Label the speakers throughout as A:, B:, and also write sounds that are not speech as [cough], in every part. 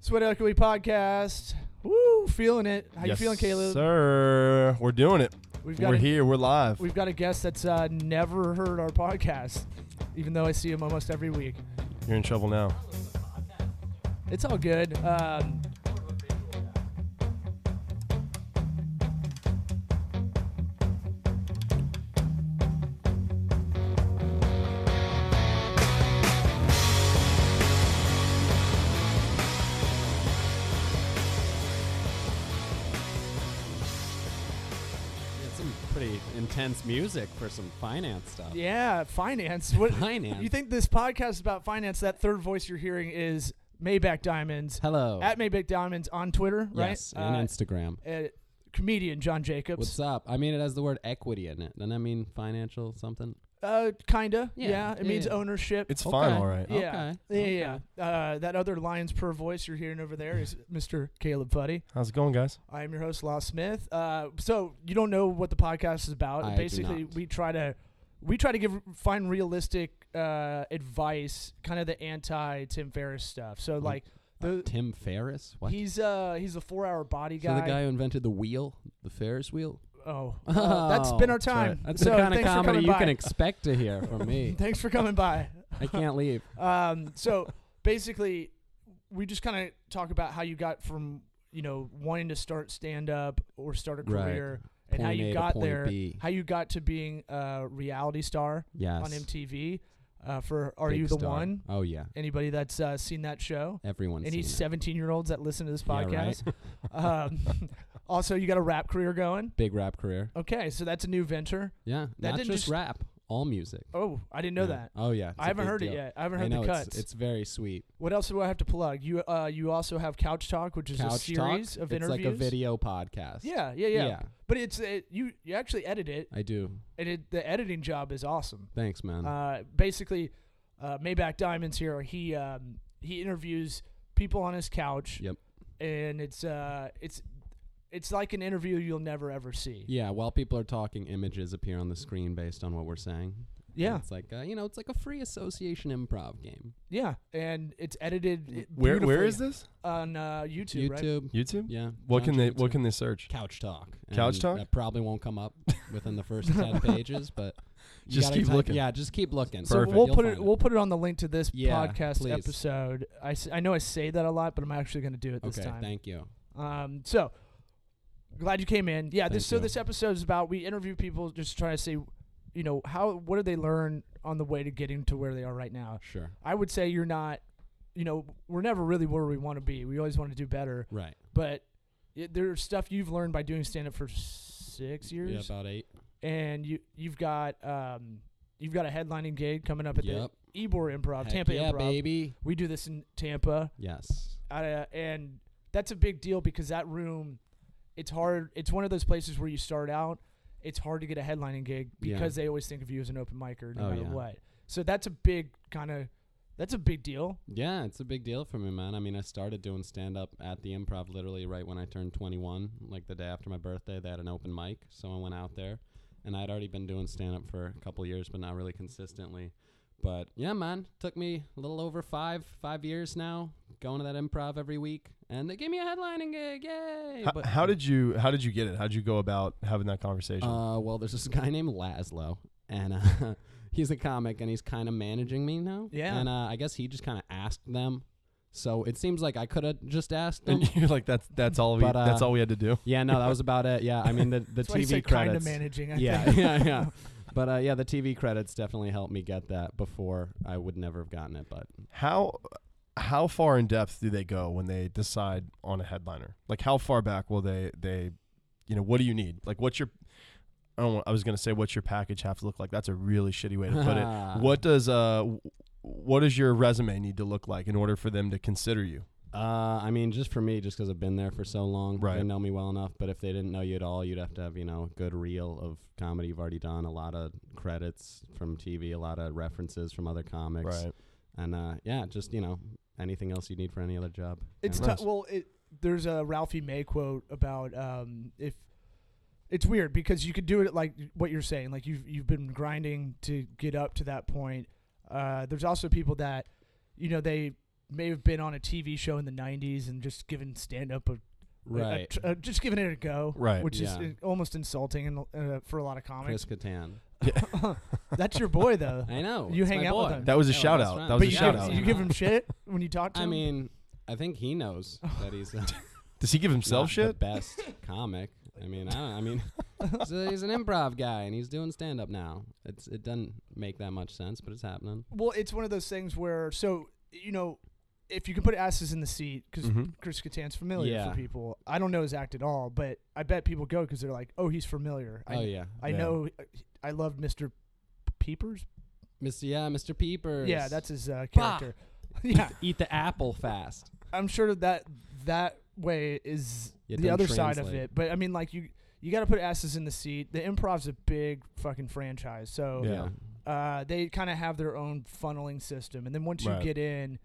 A: Sweat Equity Podcast. Woo, feeling it. How
B: Yes,
A: you feeling, Caleb?
B: Sir, we're doing it.
A: We've got
B: We're
A: a,
B: here. We're live.
A: We've got a guest that's uh, never heard our podcast, even though I see him almost every week.
B: You're in trouble now.
A: It's all good. Um,
C: It's some pretty intense music for some finance stuff.
A: yeah, finance. What
C: Finance.
A: you think this podcast is about? Finance. That third voice you're hearing is Maybach Diamonds
C: Hello.
A: at Maybach Diamonds on Twitter, right?
C: Yes, and
A: Uh,
C: Instagram.
A: uh, comedian John Jacobs.
C: What's up? I mean, it has the word equity in it. Doesn't that mean financial something?
A: Uh, kinda. Yeah,
C: Yeah,
A: it
C: yeah,
A: means
C: yeah.
A: ownership.
B: It's fine.
C: Okay.
B: All right.
A: yeah.
C: Okay,
A: yeah, yeah. Uh, that other Lions per voice you're hearing over there is [laughs] Mr. Caleb Fuddy.
B: How's it going, guys?
A: I am your host, Law Smith. Uh, so you don't know what the podcast is about.
C: I do
A: Basically,
C: not.
A: we try to we try to give find realistic uh, advice, kind of the anti Tim Ferriss stuff. So
C: Mm.
A: like the
C: Tim Ferriss? What?
A: he's uh he's a four hour body
C: so
A: guy.
C: the guy who invented the wheel, the Ferris wheel. [laughs]
A: Oh, uh, that's been our
C: That's right.
A: time.
C: That's
A: So
C: the kind of
A: thanks for
C: comedy
A: coming
C: you
A: by.
C: can expect to hear
A: [laughs]
C: from me.
A: thanks for coming by.
C: I can't leave.
A: Um, so basically, we just kind of talk about how you got from you know wanting to start stand up or start a
C: Right.
A: career and how
C: Point
A: you
C: A to
A: got
C: point
A: there,
C: B.
A: how you got to being a reality star
C: Yes.
A: on MTV uh, for Are
C: Big
A: You the
C: star.
A: One?
C: Oh yeah.
A: Anybody that's uh, seen that show?
C: Everyone's
A: Any
C: seen
A: 17 year olds that listen to this
C: that. Yeah, right?
A: podcast? um, also, you got a rap career going.
C: [laughs] Big rap career.
A: Okay, so that's a new venture.
C: Yeah.
A: That
C: not
A: didn't
C: just
A: just-
C: rap. All music.
A: Oh, I didn't know
C: Yeah.
A: that.
C: Oh yeah. It's
A: I
C: a
A: haven't
C: big
A: heard it
C: deal.
A: yet. I haven't
C: I
A: heard
C: know
A: the cuts.
C: it's, it's very sweet.
A: What else do I have to plug? You uh, you also have Couch Talk, which is a
C: Couch Talk.
A: series of
C: it's
A: interviews.
C: like a video podcast.
A: Yeah, yeah, yeah, But it's it, you you actually edit it,
C: I do.
A: and it, the editing job is awesome.
C: Thanks, man.
A: Uh, basically, uh, Maybach Diamonds here. He um, he interviews people on his couch.
C: Yep.
A: And it's uh it's it's like an interview you'll never ever see.
C: yeah, while people are talking, images appear on the screen based on what we're saying.
A: Yeah.
C: And it's like uh, you know, it's like a free association improv game.
A: Yeah, and it's edited.
B: Where Where
A: beautifully
B: is this?
A: on uh, YouTube? Right.
C: YouTube.
B: YouTube.
C: Yeah.
B: What can
C: Couch
B: they
C: YouTube.
B: What can they search?
C: Couch talk.
B: Couch
C: And
B: Talk?
C: That probably won't come up within the first
A: [laughs]
C: ten pages, but you
B: Just
C: gotta
B: keep
C: type-
B: looking.
C: Yeah, just keep looking.
A: So
B: Perfect.
A: we'll
C: You'll
A: put it,
C: find
A: We'll put it on the link to this
C: Yeah,
A: podcast
C: please.
A: episode. I, s- I know I say that a lot, but I'm actually going to do it this
C: Okay,
A: time.
C: thank you.
A: um, so glad you came in. Yeah. This
C: Thank
A: so
C: you.
A: this episode is about we interview people just trying to say, you know, how what did they learn on the way to getting to where they are right now?
C: Sure.
A: I would say you're not, you know, we're never really where we want to be. We always want to do better,
C: Right.
A: but it, there's stuff you've learned by doing stand up for six
C: Yeah,
A: years,
C: about eight.
A: and you you've got um you've got a headlining gig coming up at the
C: Yep.
A: Ebor Improv,
C: Heck
A: Tampa
C: yeah,
A: Improv.
C: baby.
A: We do this in Tampa,
C: Yes.
A: uh, and that's a big deal because that room, it's hard. It's one of those places where you start out, it's hard to get a headlining gig
C: Yeah.
A: because they always think of you as an open micer no
C: Oh,
A: matter
C: yeah.
A: what. So that's a big kind of, that's a big deal.
C: Yeah, it's a big deal for me, man. I mean, I started doing stand up at the improv literally right when I turned 21, like the day after my birthday. They had an open mic, so I went out there. And I'd already been doing stand up for a couple years, but not really consistently. But yeah, man, took me a little over five five years now, going to that improv every week, and they gave me a headlining gig, yay!
B: How, how did you How did you get it? How did you go about having that conversation?
A: Um,
C: Uh, well, there's this [laughs] guy named Laszlo, and uh, [laughs] he's a comic, and he's kind of managing me now.
A: Yeah.
C: And uh, I guess he just kind of asked them, so it seems like I could have
A: [laughs]
C: just asked them.
B: [laughs] and you're like, that's that's all we
C: But, uh,
B: that's all we had to do.
C: yeah, no, that was about it. Yeah, I mean the the
A: [laughs] That's why you say
C: TV
A: kind of
C: credits.
A: managing. I
C: yeah,
A: think.
C: [laughs]
A: [laughs]
C: yeah, yeah. But uh, yeah, the TV credits definitely helped me get that. Before I would never have gotten it, but
B: How How far in depth do they go when they decide on a headliner? Like, how far back will they they You know, what do you need? Like, what's your I don't. wa- I was gonna say, what's your package have to look like? That's a really shitty way to put it.
C: Uh-huh. [laughs]
B: what does uh w- what does your resume need to look like in order for them to consider you
C: Uh, I mean, just for me, just 'cause I've been there for so long,
B: Right.
C: they know me well enough. But if they didn't know you at all, you'd have to have you know a good reel of comedy you've already done, a lot of credits from TV, a lot of references from other comics, and uh, yeah, just you know anything else you need for any other job.
A: It's
C: kinda.
A: tough. well, it, there's a Ralphie May quote about um, if it's weird because you could do it like what you're saying, like you've you've been grinding to get up to that point. Uh, there's also people that you know they may have been on a TV show in the '90s and just given stand up a a- a
C: Right.
A: tr- uh, just giving it a go,
B: Right.
A: Which is
C: Yeah.
A: in- almost insulting in, uh, for a lot of
B: [laughs]
C: Chris
A: comics.
C: Kattan.
A: That's your boy, though.
C: I know.
A: You
C: it's
A: hang
C: my
A: out with
C: boy.
A: him.
B: That was a
C: Yeah,
B: shout
C: that's
B: out.
C: right.
B: That was
A: but
B: a
A: you,
B: shout
A: give,
B: out.
A: you give him shit when you
B: [laughs]
A: talk to
C: I
A: him.
C: mean, I think he knows
A: [laughs]
C: that [laughs] he's uh, a
B: Does he give himself
C: not The
B: shit?
C: best comic. I mean, I, don't,
A: [laughs]
C: I mean, he's, a- he's an improv guy and he's doing stand up now. It's it doesn't make that much sense, but it's happening.
A: well, it's one of those things where, so you know, if you can put asses in the seat, because
B: Mhm.
A: Chris Kattan's familiar
C: Mm-hmm. Yeah.
A: for people. I don't know his act at all, but I bet people go because they're like, "Oh, he's familiar." I,
C: oh yeah,
A: I
B: Yeah.
A: know. uh, I love Mr. Peepers.
C: Mr. Yeah, Mr. Peepers.
A: Yeah,
C: [laughs]
A: that's his uh,
C: Bah.
A: character. [laughs] yeah,
C: eat the apple fast.
A: I'm sure that that way is
C: It
A: the
C: doesn't
A: other side of
C: translate.
A: it. But I mean, like you, you got to put asses in the seat. The improv's a big fucking franchise, so
B: Yeah.
A: uh, they kind of have their own funneling system. And then once
B: Right.
A: you get in,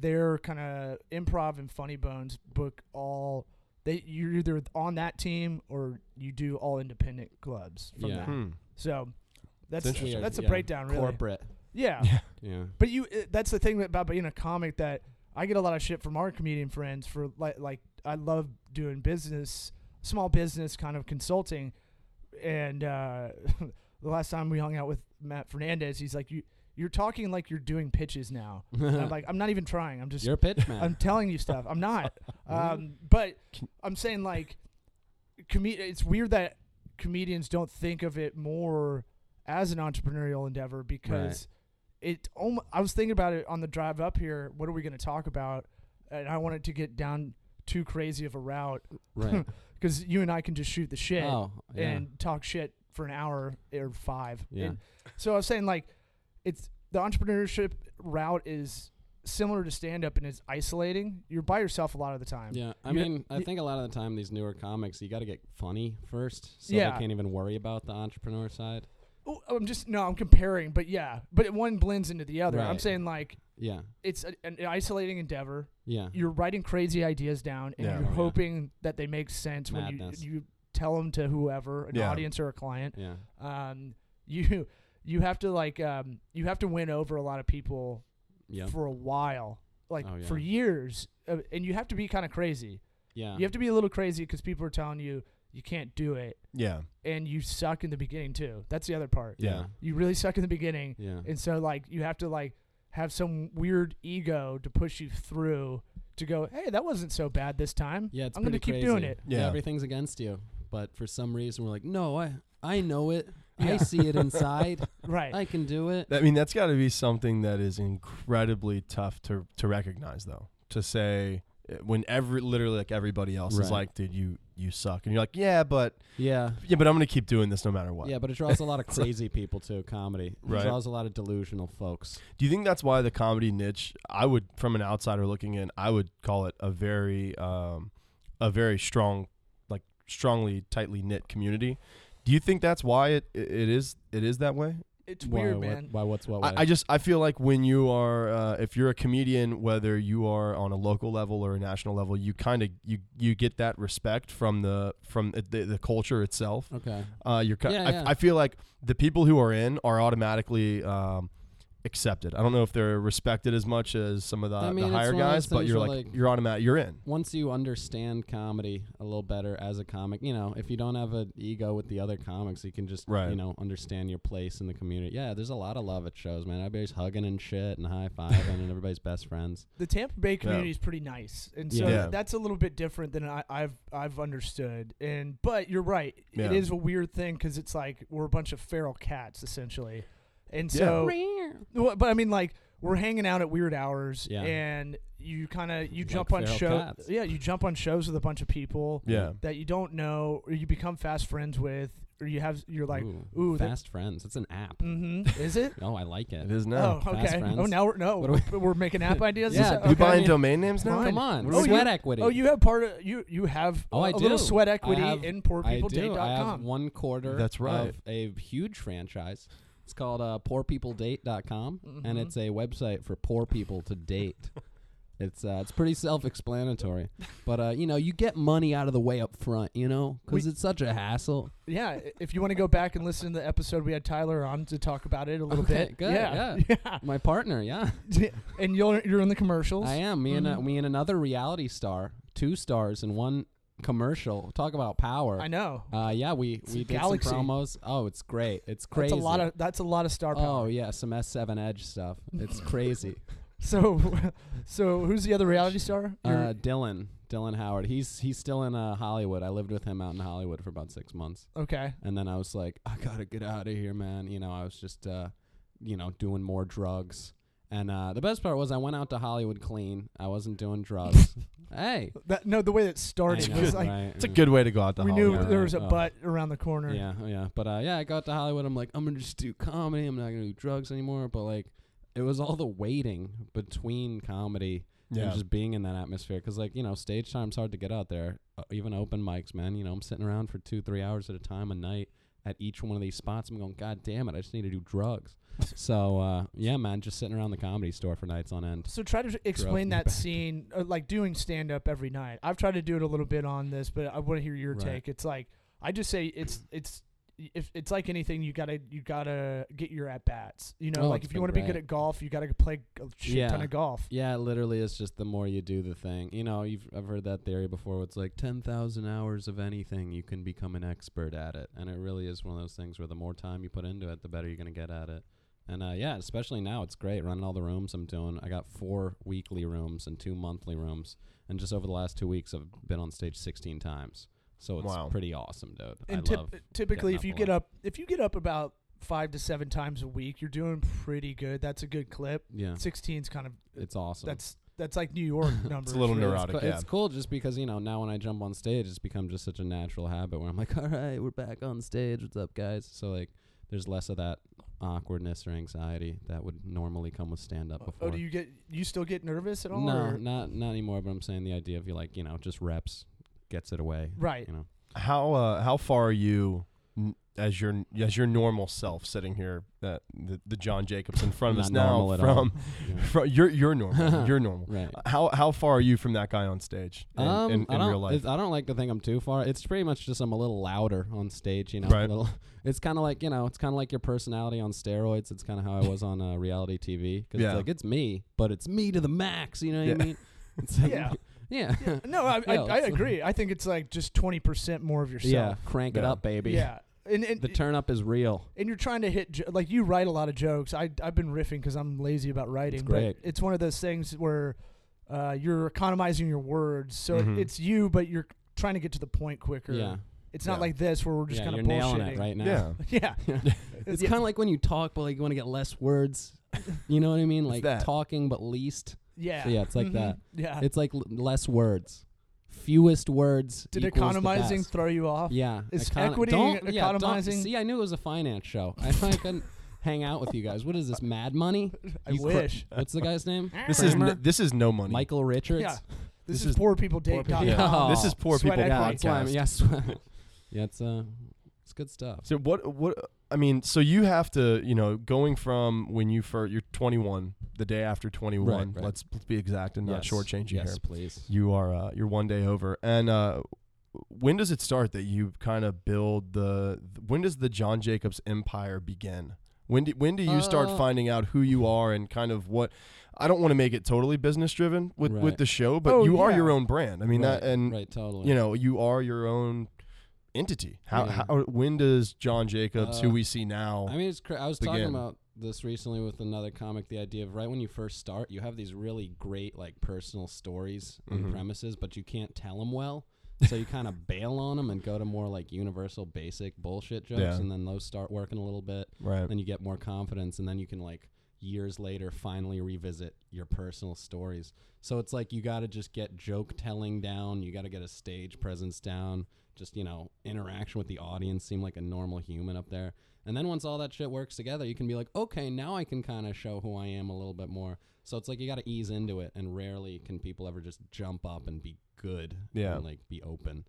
A: their kind of improv and funny bones book all. They you're either on that team or you do all independent clubs. From
C: Yeah.
A: that.
B: Hmm.
A: So that's
B: It's interesting.
A: that's a
C: Yeah.
A: breakdown, really.
C: Corporate.
A: Yeah.
C: Yeah.
A: But you, uh, that's the thing about being a comic that I get a lot of shit from our comedian friends for like, like I love doing business, small business kind of consulting. And uh, [laughs] the last time we hung out with Matt Fernandez, he's like, you, you're talking like you're doing pitches now. And
C: [laughs]
A: I'm like, I'm not even trying. I'm just,
C: You're a pitch man.
A: I'm telling you stuff. I'm
C: [laughs]
A: not. Um, but I'm saying like, com- it's weird that comedians don't think of it more as an entrepreneurial endeavor because it. Almo- I was thinking about it on the drive up here. What are we going to talk about? And I wanted to get down too crazy of a route [laughs]
C: right.
A: because you and I can just shoot the shit
C: Oh, yeah.
A: and talk shit for an hour or five.
C: Yeah.
A: And so I was saying like it's the entrepreneurship route is similar to stand up and it's isolating. You're by yourself a lot of the time.
C: yeah, I
A: you-
C: mean, I
A: you-
C: think a lot of the time these newer comics, you got to get funny first, so
A: Yeah.
C: they can't even worry about the entrepreneur side.
A: Oh, I'm just no, I'm comparing, but yeah, but one blends into the other. I'm
C: Right.
A: saying like
C: Yeah,
A: it's a, an isolating endeavor.
C: yeah,
A: You're writing crazy ideas down and
B: Yeah.
A: you're
C: Oh, yeah.
A: hoping that they make sense when
C: Madness.
A: you you tell them to whoever, an
B: Yeah.
A: audience or a client.
C: yeah.
A: Um [laughs] you you have to like um you have to win over a lot of people
C: Yeah,
A: for a while, like
C: Oh,
A: for
C: yeah.
A: years, uh, and you have to be kind of crazy.
C: yeah.
A: You have to be a little crazy because people are telling you you can't do it,
B: Yeah.
A: and you suck in the beginning too. That's the other part.
B: Yeah.
A: You really suck in the beginning,
C: yeah,
A: and so like you have to like have some weird ego to push you through to go. Hey, that wasn't so bad this time.
C: yeah. It's
A: I'm gonna
C: pretty
A: keep
C: crazy.
A: doing it.
B: Yeah.
C: everything's against you, but for some reason we're like, no, I, I know it.
A: Yeah.
C: I see it
A: [laughs]
C: inside.
A: Right.
C: I can do it.
B: I mean, that's got to be something that is incredibly tough to to recognize, though. To say uh, when every literally like everybody else is
C: Right.
B: like, "Dude, you you suck," and you're like, "Yeah, but
C: Yeah,
B: yeah, but I'm gonna keep doing this no matter what."
C: yeah. But it draws a lot
B: [laughs]
C: of crazy people too. Comedy
B: Right.
C: it draws a lot of delusional folks.
B: Do you think that's why the comedy niche? I would, from an outsider looking in, I would call it a very um, a very strong, like strongly tightly knit community. Do you think that's why it it is it is that way?
A: It's weird,
C: why,
A: man.
C: What, why? What's what? Way?
B: I, I just I feel like when you are uh, if you're a comedian, whether you are on a local level or a national level, you kind of you you get that respect from the from the, the culture itself.
C: okay.
B: Uh, you're ki-
C: Yeah,
B: I,
C: yeah.
B: I feel like the people who are in are automatically um, accepted. I don't know if they're respected as much as some of the,
C: I
B: the
C: mean, it's
B: higher
C: one of those
B: guys, but
C: things
B: you're
C: where,
B: like,
C: like-
B: you're automatic. You're in.
C: once you understand comedy a little better as a comic, you know, if you don't have an ego with the other comics, you can just,
B: Right.
C: you know, understand your place in the community. Yeah, there's a lot of love at shows, man. Everybody's hugging and shit and high fiving and everybody's best friends.
A: the Tampa Bay community is pretty nice, and so
B: Yeah.
A: that's a little bit different than I, I've I've understood. And but you're right,
B: Yeah.
A: it is a weird thing because it's like we're a bunch of feral cats essentially, and
B: Yeah.
A: so. Well, But I mean, like we're hanging out at weird hours,
C: Yeah.
A: and you kind of you
C: Like
A: jump on
C: feral
A: show,
C: cats.
A: yeah, you jump on shows with a bunch of people
B: Yeah.
A: that you don't know, or you become fast friends with, or you have you're like,
C: ooh,
A: ooh, that-
C: Fast Friends. It's an app.
A: mm-hmm, is
C: [laughs]
A: it?
C: Oh, I like it.
B: It is now.
A: oh,
C: Fast
A: okay. Oh,
C: friends.
A: now we're no,
C: What do
A: we, are making
C: [laughs]
A: app ideas.
C: Yeah,
A: Is that-
C: dude,
B: You
A: okay.
B: buying
C: mean-
B: domain names now?
A: Fine.
C: Come on.
A: What do we
C: sweat
A: do?
C: equity.
A: Oh, you have part of you. You have
C: Oh,
A: a
C: I
A: little
C: do.
A: sweat equity
C: I have-
A: in poorpeopleday.com.
C: I do. I have one quarter
B: That's right.
C: of a huge franchise. It's called uh, poorpeopledate.com,
A: Mhm. [laughs]
C: and it's a website for poor people to date. It's uh, it's pretty self-explanatory, but uh, you know you get money out of the way up front, you know, because
A: We-
C: it's such a hassle.
A: Yeah, i- if you want to go back and listen to the episode we had Tyler on to talk about it a little
C: Okay,
A: bit.
C: good,
A: yeah. [laughs] yeah.
C: My partner, yeah,
A: [laughs] and you're you're in the commercials.
C: I am. Me and uh,
A: Mhm.
C: me and another reality star, two stars in one commercial. Talk about power.
A: I know.
C: Uh, yeah, we
A: It's
C: we
A: a
C: did
A: galaxy.
C: some promos. Oh, it's great. It's crazy.
A: That's a lot of that's a lot of star power.
C: Oh yeah, some S7 Edge stuff.
A: [laughs]
C: It's crazy.
A: So [laughs] so who's the other reality star? You're-
C: uh, Dylan, Dylan Howard. He's he's still in uh, Hollywood. I lived with him out in Hollywood for about six months,
A: okay.
C: and then I was like, I gotta get out of here, man. You know, I was just, uh, you know, doing more drugs. And uh, the best part was I went out to Hollywood clean. I wasn't doing
A: [laughs]
C: drugs. hey,
A: That no, the way that
C: I
A: started
C: know,
A: was [laughs] like
C: right?
B: It's a good way to go out the
A: we knew
B: Hollywood.
C: Hollywood.
A: there was a
C: Oh.
A: butt around the corner.
C: Yeah, yeah. But uh, yeah, I got to Hollywood. I'm like, I'm gonna just do comedy. I'm not gonna do drugs anymore. But like, it was all the waiting between comedy and
B: Yeah.
C: just being in that atmosphere. Because like, you know, stage time's hard to get out there. Uh, even open mics, man. You know, I'm sitting around for two, three hours at a time a night at each one of these spots. I'm going, God damn it, I just need to do drugs. so uh, yeah, man, just sitting around the comedy store for nights on end.
A: So try to explain
C: me
A: that
C: back.
A: scene, uh, like doing stand up every night. I've tried to do it a little bit on this, but I want to hear your
C: Right.
A: take. It's like I just say it's it's if it's like anything, you gotta you gotta get your at bats. You know,
C: Oh,
A: like
C: it's
A: if you
C: been
A: want to be good
C: great.
A: at golf, you gotta play a shit
C: Yeah.
A: ton of golf.
C: Yeah, it literally, it's just the more you do the thing. You know, you've I've heard that theory before. where It's like ten thousand hours of anything, you can become an expert at it, and it really is one of those things where the more time you put into it, the better you're gonna get at it. And uh, yeah, especially now, it's great running all the rooms I'm doing. I got four weekly rooms and two monthly rooms, and just over the last two weeks, I've been on stage sixteen times. So it's
B: Wow.
C: pretty awesome, dude.
A: And uh,
C: I
A: typ-
C: love.
A: typically,
C: getting
A: if you
C: up a
A: get
C: lot.
A: up, if you get up about five to seven times a week, you're doing pretty good. That's a good clip.
C: Yeah,
A: Sixteen's kind of
C: it's um, awesome.
A: that's that's like
C: [laughs]
A: New York numbers.
B: It's a little
A: really.
B: neurotic.
C: But
B: Yeah.
C: it's cool just because you know now when I jump on stage, it's become just such a natural habit where I'm like, [laughs] all right, we're back on stage. What's up, guys? So like, there's less of that awkwardness or anxiety that would normally come with stand up before.
A: Oh, do you get you still get nervous at all?
C: no,
A: or-
C: not not anymore. But I'm saying the idea of you like you know just reps gets it away.
A: [laughs]
C: [laughs]
A: right.
C: You know,
B: How uh, how far are you n- as your as your normal self sitting here that the, the John Jacobs in front of
C: Not
B: us now
C: normal at all.
B: from, [laughs]
C: Yeah.
B: from you're you're
C: [laughs]
B: normal you're normal.
C: right.
B: How how far are you from that guy on stage in,
C: um,
B: in,
C: I
B: in
C: don't,
B: real life?
C: it's- I don't like to think I'm too far. It's pretty much just I'm a little louder on stage, you know. a
B: Right.
C: little- [laughs] it's kind of like you know, it's kind of like your personality on steroids. It's kind of how I was on uh, reality TV because
B: Yeah.
C: it's like it's me, but it's me to the max. You know
B: [laughs]
C: what I mean? It's like-
A: Yeah.
C: [laughs] yeah, yeah,
A: No, I, I,
C: [laughs] Yeah,
A: I
C: it's- uh,
A: agree. I think it's like just twenty percent more of yourself.
C: Crank it
B: Yeah.
C: up, baby.
A: Yeah. And and,
C: The turn up is real.
A: and you're trying to hit jo- like you write a lot of jokes. I I've been riffing because I'm lazy about writing.
C: great.
A: But it's one of those things where uh, you're economizing your words, so
B: Mhm.
A: it's you, but you're trying to get to the point quicker.
C: Mm-hmm. Yeah,
A: It's not
B: Yeah.
A: like this where we're just
C: yeah,
A: kind
C: you're
A: of bullshitting.
C: nailing it right now.
B: yeah,
A: [laughs]
B: [laughs]
A: Yeah.
C: [laughs] It's
A: Yeah.
C: kind of like when you talk, but like you want to get less
A: [laughs]
C: words. You know what I mean? Like
B: that.
C: talking, but least.
A: Yeah.
C: So yeah, it's like
A: Mhm.
C: that.
A: Yeah.
C: [laughs] It's like l- less words, fewest words.
A: Did
C: equals the
A: economizing
C: best.
A: throw you off?
C: Yeah.
A: Is
C: econo-
A: equity
C: don't- yeah, don't-
A: economizing-
C: see, I knew it was a finance show. I [laughs] thought I couldn't hang out with
B: [laughs]
C: you guys. What is this, Mad Money?
A: I
C: You cr-
A: wish.
C: What's the guy's name?
B: this is
C: Kramer?
B: n- this is no money.
C: Michael Richards.
A: Yeah. This,
B: This
A: is,
B: is
A: poor people
B: Poor
A: date.
B: people-
A: dot
C: Yeah.
A: com.
C: Oh.
B: This is poor
A: Sweat equity.
B: people
C: yeah,
B: podcast.
C: that's why I'm, yes. [laughs] yeah, it's uh, it's good stuff.
B: So what what I mean, so you have to, you know, going from when you first you're 21, the day after 21.
C: Right, right.
B: Let's be exact and not
C: yes.
B: shortchanging
C: Yes,
B: here.
C: please.
B: You are uh, you're one day over. And uh, when does it start that you kind of build the when does the John Jacobs empire begin? When do, when do you start
C: Uh,
B: finding out who you are and kind of what I don't want to make it totally business driven with, with
C: Right.
B: the show, but
A: Oh,
B: you are
A: yeah.
B: your own brand. I mean
C: right,
B: that and
C: right, totally.
B: you know you are your own entity how,
C: Yeah.
B: how when does john jacobs who
C: Uh,
B: we see now
C: I mean, it's cra- I was talking
B: Begin.
C: about this recently with another comic. The idea of right when you first start, you have these really great like personal stories
B: Mhm.
C: and premises, but you can't tell them well. So you kind of bail on them and go to more like universal, basic bullshit jokes,
B: Yeah.
C: and then those start working a little bit.
B: right
C: Then you get more confidence, and then you can like years later finally revisit your personal stories. So it's like you got to just get joke telling down. You got to get a stage presence down. Just you know, interaction with the audience, seem like a normal human up there. And then once all that shit works together, you can be like, okay, now I can kind of show who I am a little bit more. So it's like you got to ease into it, and rarely can people ever just jump up and be good.
B: Yeah.
C: and like be open.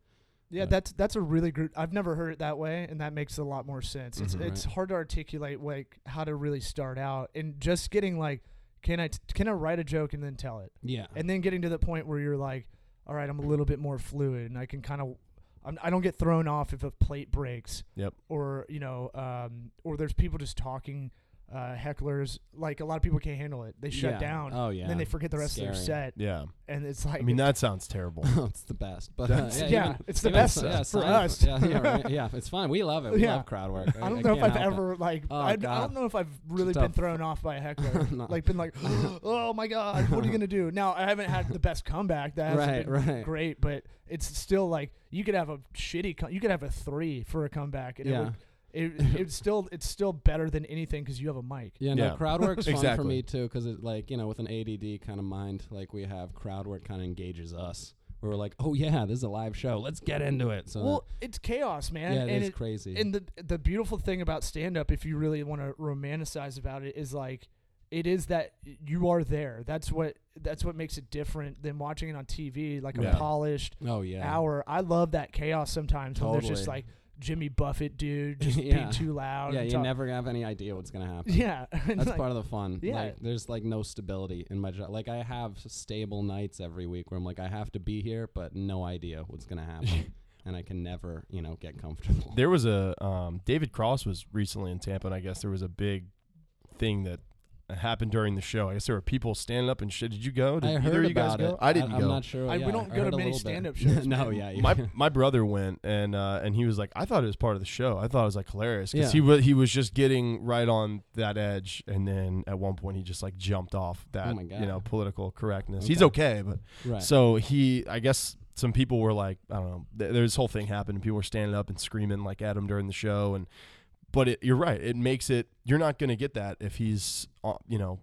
A: Yeah,
C: Yeah.
A: that's that's a really good. I've never heard it that way, and that makes a
C: Mm-hmm,
A: lot more sense. It's
B: Mhm.
A: it's hard to articulate like how to really start out, and just getting like can I t- can I write a joke and then tell it?
C: Yeah.
A: And then getting to the point where you're like, all right, I'm a little bit more fluid and I can kind of I'm, I don't get thrown off if a plate breaks.
B: Yep.
A: Or you know, um, or there's people just talking, uh, hecklers. Like a lot of people can't handle it. They shut
C: Yeah.
A: down.
C: Oh yeah.
A: And then they forget the rest of their
C: Scary.
A: set,
B: Yeah.
A: and it's like
B: I mean, that sounds terrible.
C: Oh, [laughs] it's the best. But uh,
B: That's-
C: yeah,
A: yeah,
C: even-
A: it's the
C: even
A: best
C: so- yeah,
A: for
C: Seinfeld-
A: us.
C: Yeah,
A: [laughs]
C: yeah, right, yeah, it's fun. We love it. We
A: Yeah.
C: love crowd work.
A: I don't know if
C: can't
A: I've
C: help it.
A: ever like
C: Oh,
A: I, I
C: God.
A: don't know if I've really
C: It's
A: been
C: tough.
A: thrown off by a
C: [laughs]
A: heckler.
C: No.
A: Like been like, [gasps] oh my god, what are you gonna do? Now I haven't had the best comeback. That hasn't
C: Right,
A: been
C: right.
A: great, but it's still like you could have a shitty. Com- you could have a three for a comeback, and
C: Yeah.
A: it
C: [laughs]
A: would, it it's still it's still better than anything because you have a mic.
C: Yeah, no,
B: Yeah.
A: [laughs]
C: crowd work's fun for
B: Exactly.
C: me too, because it like you know, with an ADD kind of mind, like we have, crowd work kind of engages us. Where we're like, oh yeah, this is a live show. Let's get into it. So
A: Well, it's chaos, man.
C: yeah,
A: and
C: it's
A: it-
C: crazy.
A: And the the beautiful thing about stand up, if you really want to romanticize about it, is like it is that you are there. That's what that's what makes it different than watching it on TV, like a
B: Yeah.
A: polished
C: oh yeah,
A: hour. I love that chaos sometimes when there's just
C: Totally.
A: like Jimmy Buffett
C: [laughs]
A: dude just
C: Yeah.
A: being too loud.
C: yeah.
A: and
C: You
A: talk-
C: never have any idea what's gonna happen.
A: [laughs] Yeah, [laughs] and
C: That's
A: like-
C: part of the fun.
A: Yeah.
C: Like, there's like no stability in my job. Like I have stable nights every week where I'm like, I have to be here, but no idea what's
A: [laughs]
C: gonna happen, and I can never, you know, get comfortable.
B: There was a um, David Cross was recently in Tampa, and I guess there was a big thing that happened during the show. I guess there were people standing up and shit. Did you go? Did
C: [laughs] I
B: either
C: heard
B: of
C: about
B: you guys go?
C: it.
B: I didn't
C: I,
B: go.
C: am not sure.
A: I- we
C: yeah,
A: don't
C: I
A: go to
C: heard a
A: many
C: little bit. [laughs]
A: stand-up shows,
C: no,
A: man.
C: yeah, you-
B: my my brother went and uh, and he was like, I thought it was part of the show. I thought it was like hilarious because he
C: Yeah.
B: was he was just getting right on that edge, and then at one point he just like jumped off that
C: Oh my
B: you
C: God.
B: know political correctness. He's okay,
C: Okay.
B: but
C: [laughs] right.
B: so he I guess some people were like I don't know. Th- this whole thing happened, and people were standing up and screaming like at him during the show, and but it, you're right. It makes it you're not going to get that if he's uh, you know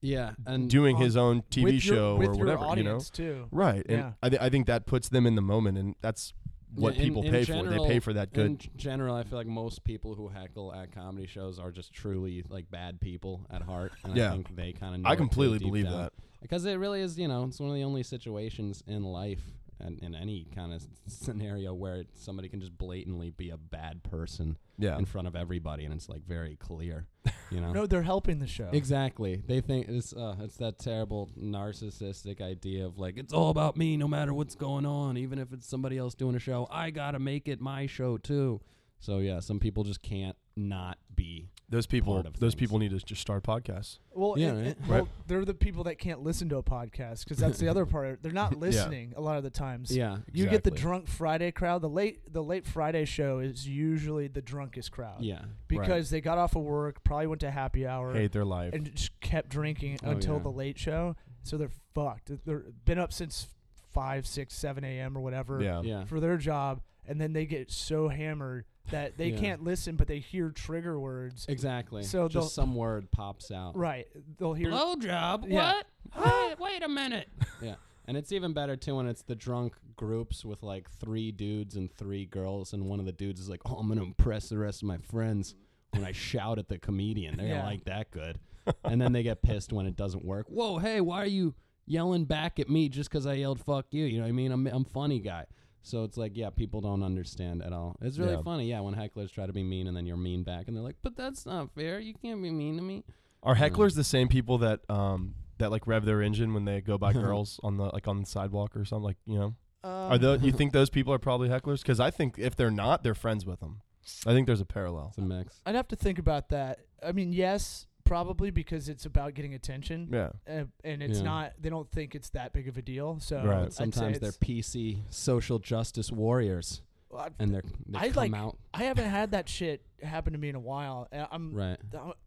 C: yeah, and um,
B: doing
A: on-
B: his own TV
A: with your-
B: show
A: with
B: or
A: your
B: whatever, you know.
A: audience too.
B: Right. And
A: Yeah.
B: I, th- I think that puts them in the moment, and that's what
C: Yeah, in-
B: people
C: in
B: pay for.
C: general-
B: They pay for that
C: In
B: good.
C: g- general, I feel like most people who heckle at comedy shows are just truly like bad people at heart. And I
B: Yeah.
C: think they kind of.
B: I completely believe that.
C: because it really is. You know, it's one of the only situations in life and in any kind of scenario where somebody can just blatantly be a bad person
B: Yeah.
C: in front of everybody, and it's like very clear. You
A: [laughs]
C: know.
A: No, they're helping the show.
C: Exactly. They think it's uh, it's that terrible narcissistic idea of like it's all about me, no matter what's going on, even if it's somebody else doing a show. I gotta make it my show too. So yeah, some people just can't not be.
B: Those people,
C: part of
B: those
C: things.
B: people need to just start podcasts.
A: Well,
C: Yeah,
A: and-
C: right.
A: and- well, they're the people that can't listen to a podcast because that's the
C: [laughs]
A: other part. They're not listening a lot of the times.
C: Yeah,
A: You get the
B: Exactly.
A: drunk Friday crowd. The late the late Friday show is usually the drunkest crowd.
C: yeah,
A: Because they got off of work, probably went to happy hour,
B: Hate their life.
A: and just kept drinking
C: Oh,
A: until
C: yeah.
A: the late show. So they're fucked. They're been up since five, six, seven a.m. or whatever
B: yeah.
C: yeah,
A: for their job, and then they get so hammered that they
C: Yeah.
A: can't listen, but they hear trigger words.
C: exactly.
A: So they'll-
C: just some word pops out.
A: Right? They'll hear.
C: Blowjob?
A: Yeah.
C: [laughs] What? wait, wait a minute. [laughs] yeah. And it's even better too when it's the drunk groups with like three dudes and three girls, and one of the dudes is like, "Oh, I'm gonna impress the rest of my friends when I shout at the comedian. They're
A: Yeah.
C: gonna like that [laughs] good." And then they get pissed when it doesn't work. Whoa, hey, why are you yelling back at me just because I yelled "fuck you"? You know what I mean? I'm I'm funny guy. So it's like, yeah, people don't understand at all. It's really
B: Yeah.
C: funny, yeah, when hecklers try to be mean and then you're mean back, and they're like, "But that's not fair. You can't be mean to me."
B: Are hecklers the same people that um that like rev their engine when they go [laughs] by girls on the like on the sidewalk or something? Like you know,
A: Um,
B: are
A: [laughs]
B: those you think those people are probably hecklers? Because I think if they're not, they're friends with them. I think there's a parallel.
C: It's a mix.
A: I'd have to think about that. I mean, yes, probably because it's about getting attention,
B: Yeah.
A: uh, and it's
C: Yeah.
A: not. They don't think it's that big of a deal. So
B: Right.
A: I'd say
C: Sometimes they're
A: it's-
C: PC social justice warriors,
A: Well, I-
C: and they're they
A: I
C: come
A: like-
C: out
A: I haven't had that shit happen to me in a while. and I'm.
C: right.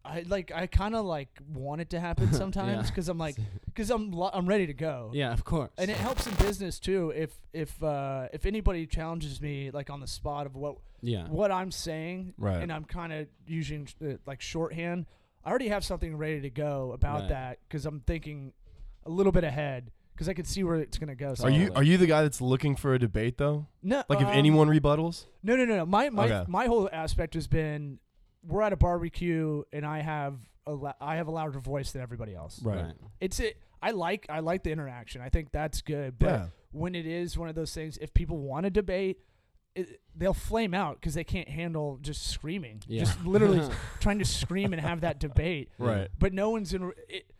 A: I- I like I kind of like want it to
C: [laughs]
A: happen sometimes because I'm like because I'm lo- I'm ready to go
C: Yeah, of course.
A: and it helps in business too if if uh, if anybody challenges me like on the spot of what
C: yeah,
A: what I'm saying
B: Right.
A: and uh, I'm kind of using uh, like shorthand. I already have something ready to go about
C: Right.
A: that because I'm thinking a little bit ahead because I can see where it's gonna go. So
B: Are you
C: Totally.
B: are you the guy that's looking for a debate though?
A: no,
B: Like if
A: um,
B: anyone rebuttals?
A: no, no, no, no. My my
B: Okay.
A: my whole aspect has been we're at a barbecue and I have a la- I have a louder voice than everybody else.
C: right.
A: It's it. I like I like the interaction. I think that's good. But
B: Yeah.
A: when it is one of those things, if people want to debate. It, they'll flame out because they can't handle just screaming,
B: [laughs]
C: Yeah. [laughs]
A: just literally trying to scream and have that debate.
B: Right.
A: but no one's in it,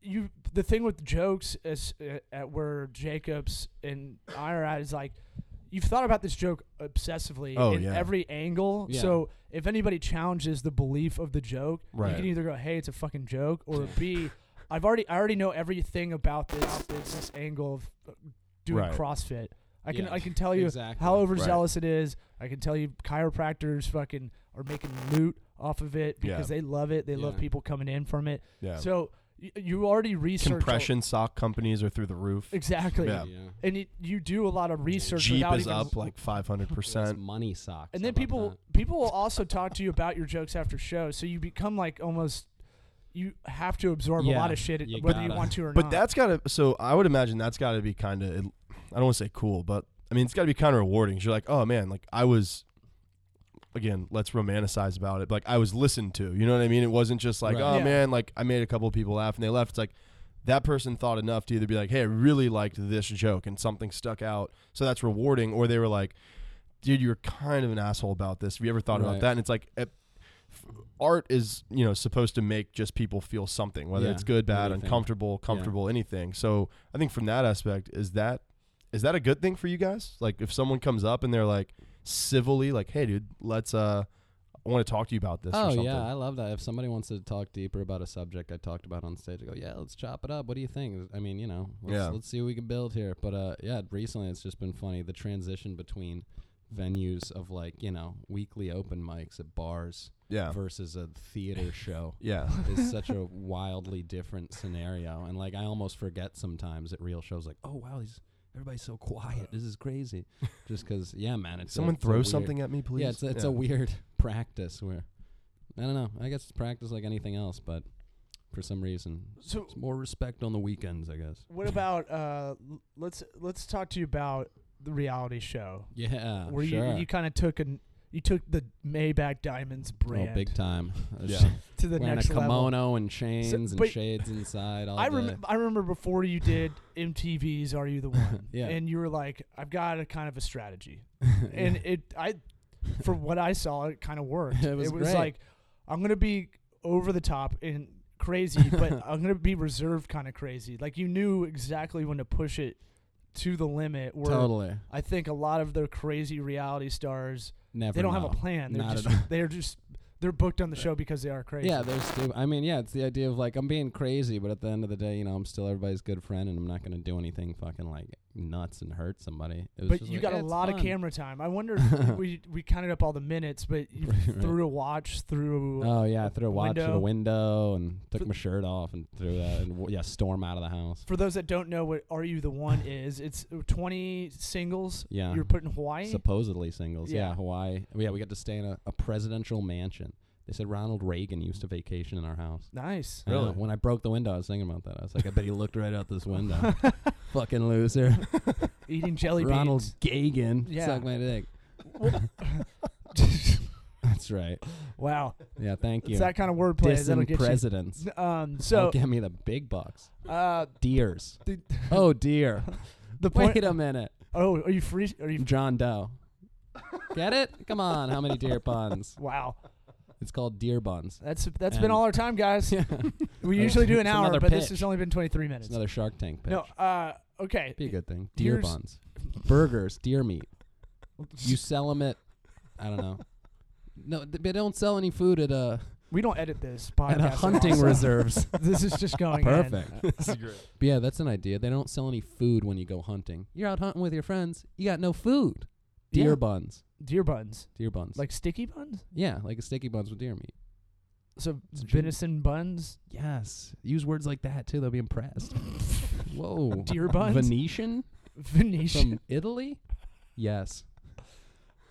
A: you the thing with jokes is uh, at where Jacobs and I are at is like you've thought about this joke obsessively
B: Oh,
A: in
B: yeah.
A: every angle.
C: Yeah.
A: So if anybody challenges the belief of the joke, you
B: Right.
A: can either go, "Hey, it's a fucking joke," or
C: Yeah.
A: "B, I've already I already know everything about this this, this angle of uh, doing
B: Right.
A: CrossFit. I can
C: Yeah.
A: I can tell you
C: Exactly.
A: how overzealous it is. I can tell you chiropractors fucking are making loot off of it
B: Yeah.
A: because they love it. They love
C: Yeah.
A: people coming in from it.
B: Yeah.
A: So y- you already research all-
B: Compression sock companies are through the roof.
A: exactly.
B: Yeah.
A: And you, you do a lot of research
B: Jeep
A: without
B: is
A: even Oh,
B: up like 500%.
C: It's money socks.
A: and
C: How
A: then
C: about
A: people
C: that?
A: people will also talk to you about your jokes after show, so you become like almost you have to absorb a
C: Yeah,
A: lot of shit
C: you
A: whether you
C: gotta.
A: want to or
B: But
C: [laughs]
A: not.
B: that's gotta. So I would imagine that's gotta be kind of. I don't want to say cool, but I mean it's gotta be kind of rewarding. 'cause You're like, oh man, like I was. Again, let's romanticize about it. but, Like I was listened to. You know what I mean? It wasn't just like,
C: Right.
B: oh
A: Yeah.
B: man, like I made a couple of people laugh and they left. It's like that person thought enough to either be like, hey, I really liked this joke and something stuck out, so that's rewarding, or they were like, dude, you're kind of an asshole about this. Have you ever thought about
C: Right.
B: that? And it's like. It, Art is, you know, supposed to make just people feel something, whether
C: Yeah.
B: it's good,
C: What do
B: bad,
C: you think?
B: uncomfortable comfortable, comfortable, anything. So I think from that aspect, is that is that a good thing for you guys? Like if someone comes up and they're like civilly, like, "Hey, dude, let's uh, I want to talk to you about this." or
C: Oh
B: something.
C: yeah, I love that. If somebody wants to talk deeper about a subject I talked about on stage, I go, yeah, let's chop it up. What do you think? I mean, you know, let's,
B: Yeah.
C: let's see what we can build here. But uh, yeah, recently it's just been funny the transition between venues of like you know weekly open mics at bars
B: yeah,
C: versus a
B: [laughs]
C: theater show [laughs]
B: yeah, [laughs]
C: is such a wildly different scenario. And like I almost forget sometimes at real shows, like, oh wow, he's everybody's so quiet. This is crazy. Just because, yeah, man. It's a-
B: Someone
C: it's a
B: throw
C: weird-
B: something at me, please.
C: Yeah, it's it's a weird [laughs] practice where I don't know. I guess it's practice like anything else, but for some reason,
A: so
C: it's more respect on the weekends, I guess.
A: what about uh l- let's let's talk to you about the reality show
C: [laughs] Yeah,
A: where
C: sure.
A: you you kind of took an you took the Maybach Diamonds
C: oh,
A: brand
C: big time.
B: [laughs] Yeah.
A: to the
C: Wearing a
A: next level.
C: kimono and chains and
A: but-
C: shades inside. All
A: I
C: day.
A: remember. I remember before you
C: [laughs]
A: did MTV's "Are You the One,"
C: Yeah.
A: and you were like, "I've got a kind of a
C: [laughs]
A: strategy," and it, I, from what I saw, it kind of worked.
C: [laughs] It was great.
A: like, I'm gonna be over the top and crazy,
C: [laughs]
A: but I'm gonna be reserved, kind of crazy. Like you knew exactly when to push it to the limit. Where
C: totally.
A: I think a lot of the crazy reality stars,
C: Never.
A: they don't
C: know.
A: have a plan. They're
C: Not at all.
A: just, they're just, they're booked on the show because they are crazy.
C: Yeah, they're stupid. I mean, yeah, it's the idea of like I'm being crazy, but at the end of the day, you know, I'm still everybody's good friend, and I'm not gonna do anything fucking like nuts and hurt somebody. It was
A: But
C: just
A: you
C: like,
A: got
C: yeah,
A: a
C: it's
A: lot of
C: fun.
A: camera time. I
C: [laughs]
A: wonder if we we counted up all the minutes, but you
C: Right, right.
A: threw a watch through.
C: Oh yeah, I threw a watch at
A: window.
C: a window and took
A: Th-
C: my shirt off and threw that and w- yeah, storm out of the house.
A: For those that don't know what "Are You the One" is, it's 20 singles
C: Yeah.
A: you're put in Hawaii.
C: Supposedly singles. Yeah,
A: Yeah.
C: Hawaii. Yeah, we got to stay in a, a presidential mansion. They said Ronald Reagan used to vacation in our house. [laughs]
A: nice.
C: I know.
B: Really?
C: When I broke the window, I was thinking about that. I was like, I bet he looked right out
A: [laughs]
C: this window. Fucking loser.
A: Eating jelly
C: Ronald
A: beans.
C: Gagan.
A: Yeah.
C: Suck my dick. [laughs] That's right.
A: wow,
C: Yeah, thank you.
A: it's that kind of wordplay that'll
C: Dissing
A: get
C: presidents.
A: you. Um,
C: So
A: so
C: give me the big bucks.
A: uh,
C: Deers.
A: the,
C: Oh dear.
A: [laughs] the point.
C: Wait a minute.
A: Oh, are you free? Are you?
C: John Doe. Get it? Come on. How many deer buns?
A: Wow,
C: It's called deer buns. [laughs]
A: that's that's been
C: And-
A: all our time, guys.
C: Yeah.
A: We usually do an
C: It's
A: hour,
C: another
A: but this
C: pitch.
A: has only been 23
C: It's
A: minutes.
C: another Shark Tank pitch.
A: No, uh, okay.
C: Be a good thing. Deer
A: Here's-
C: buns. Burgers, deer meat. You sell them at, I don't know. No, th- they don't sell any food at a
A: We don't edit this podcast.
C: at a
A: at all,
C: hunting
A: so
C: reserves.
A: [laughs] This is
C: [laughs]
A: just going in.
C: Perfect.
B: This is great.
C: uh, But yeah, that's an idea. They don't sell any food when you go hunting. You're out hunting with your friends. You got no food. Deer
A: Yeah.
C: buns.
A: Deer buns,
C: Deer buns.
A: like sticky buns.
C: yeah, like a sticky buns with deer meat.
A: So
C: It's true.
A: venison buns,
C: Yes. Use words like that too. They'll be impressed. [laughs] Whoa.
A: Deer buns?
C: Venetian
A: Venetian.
C: from uh, Italy? Yes.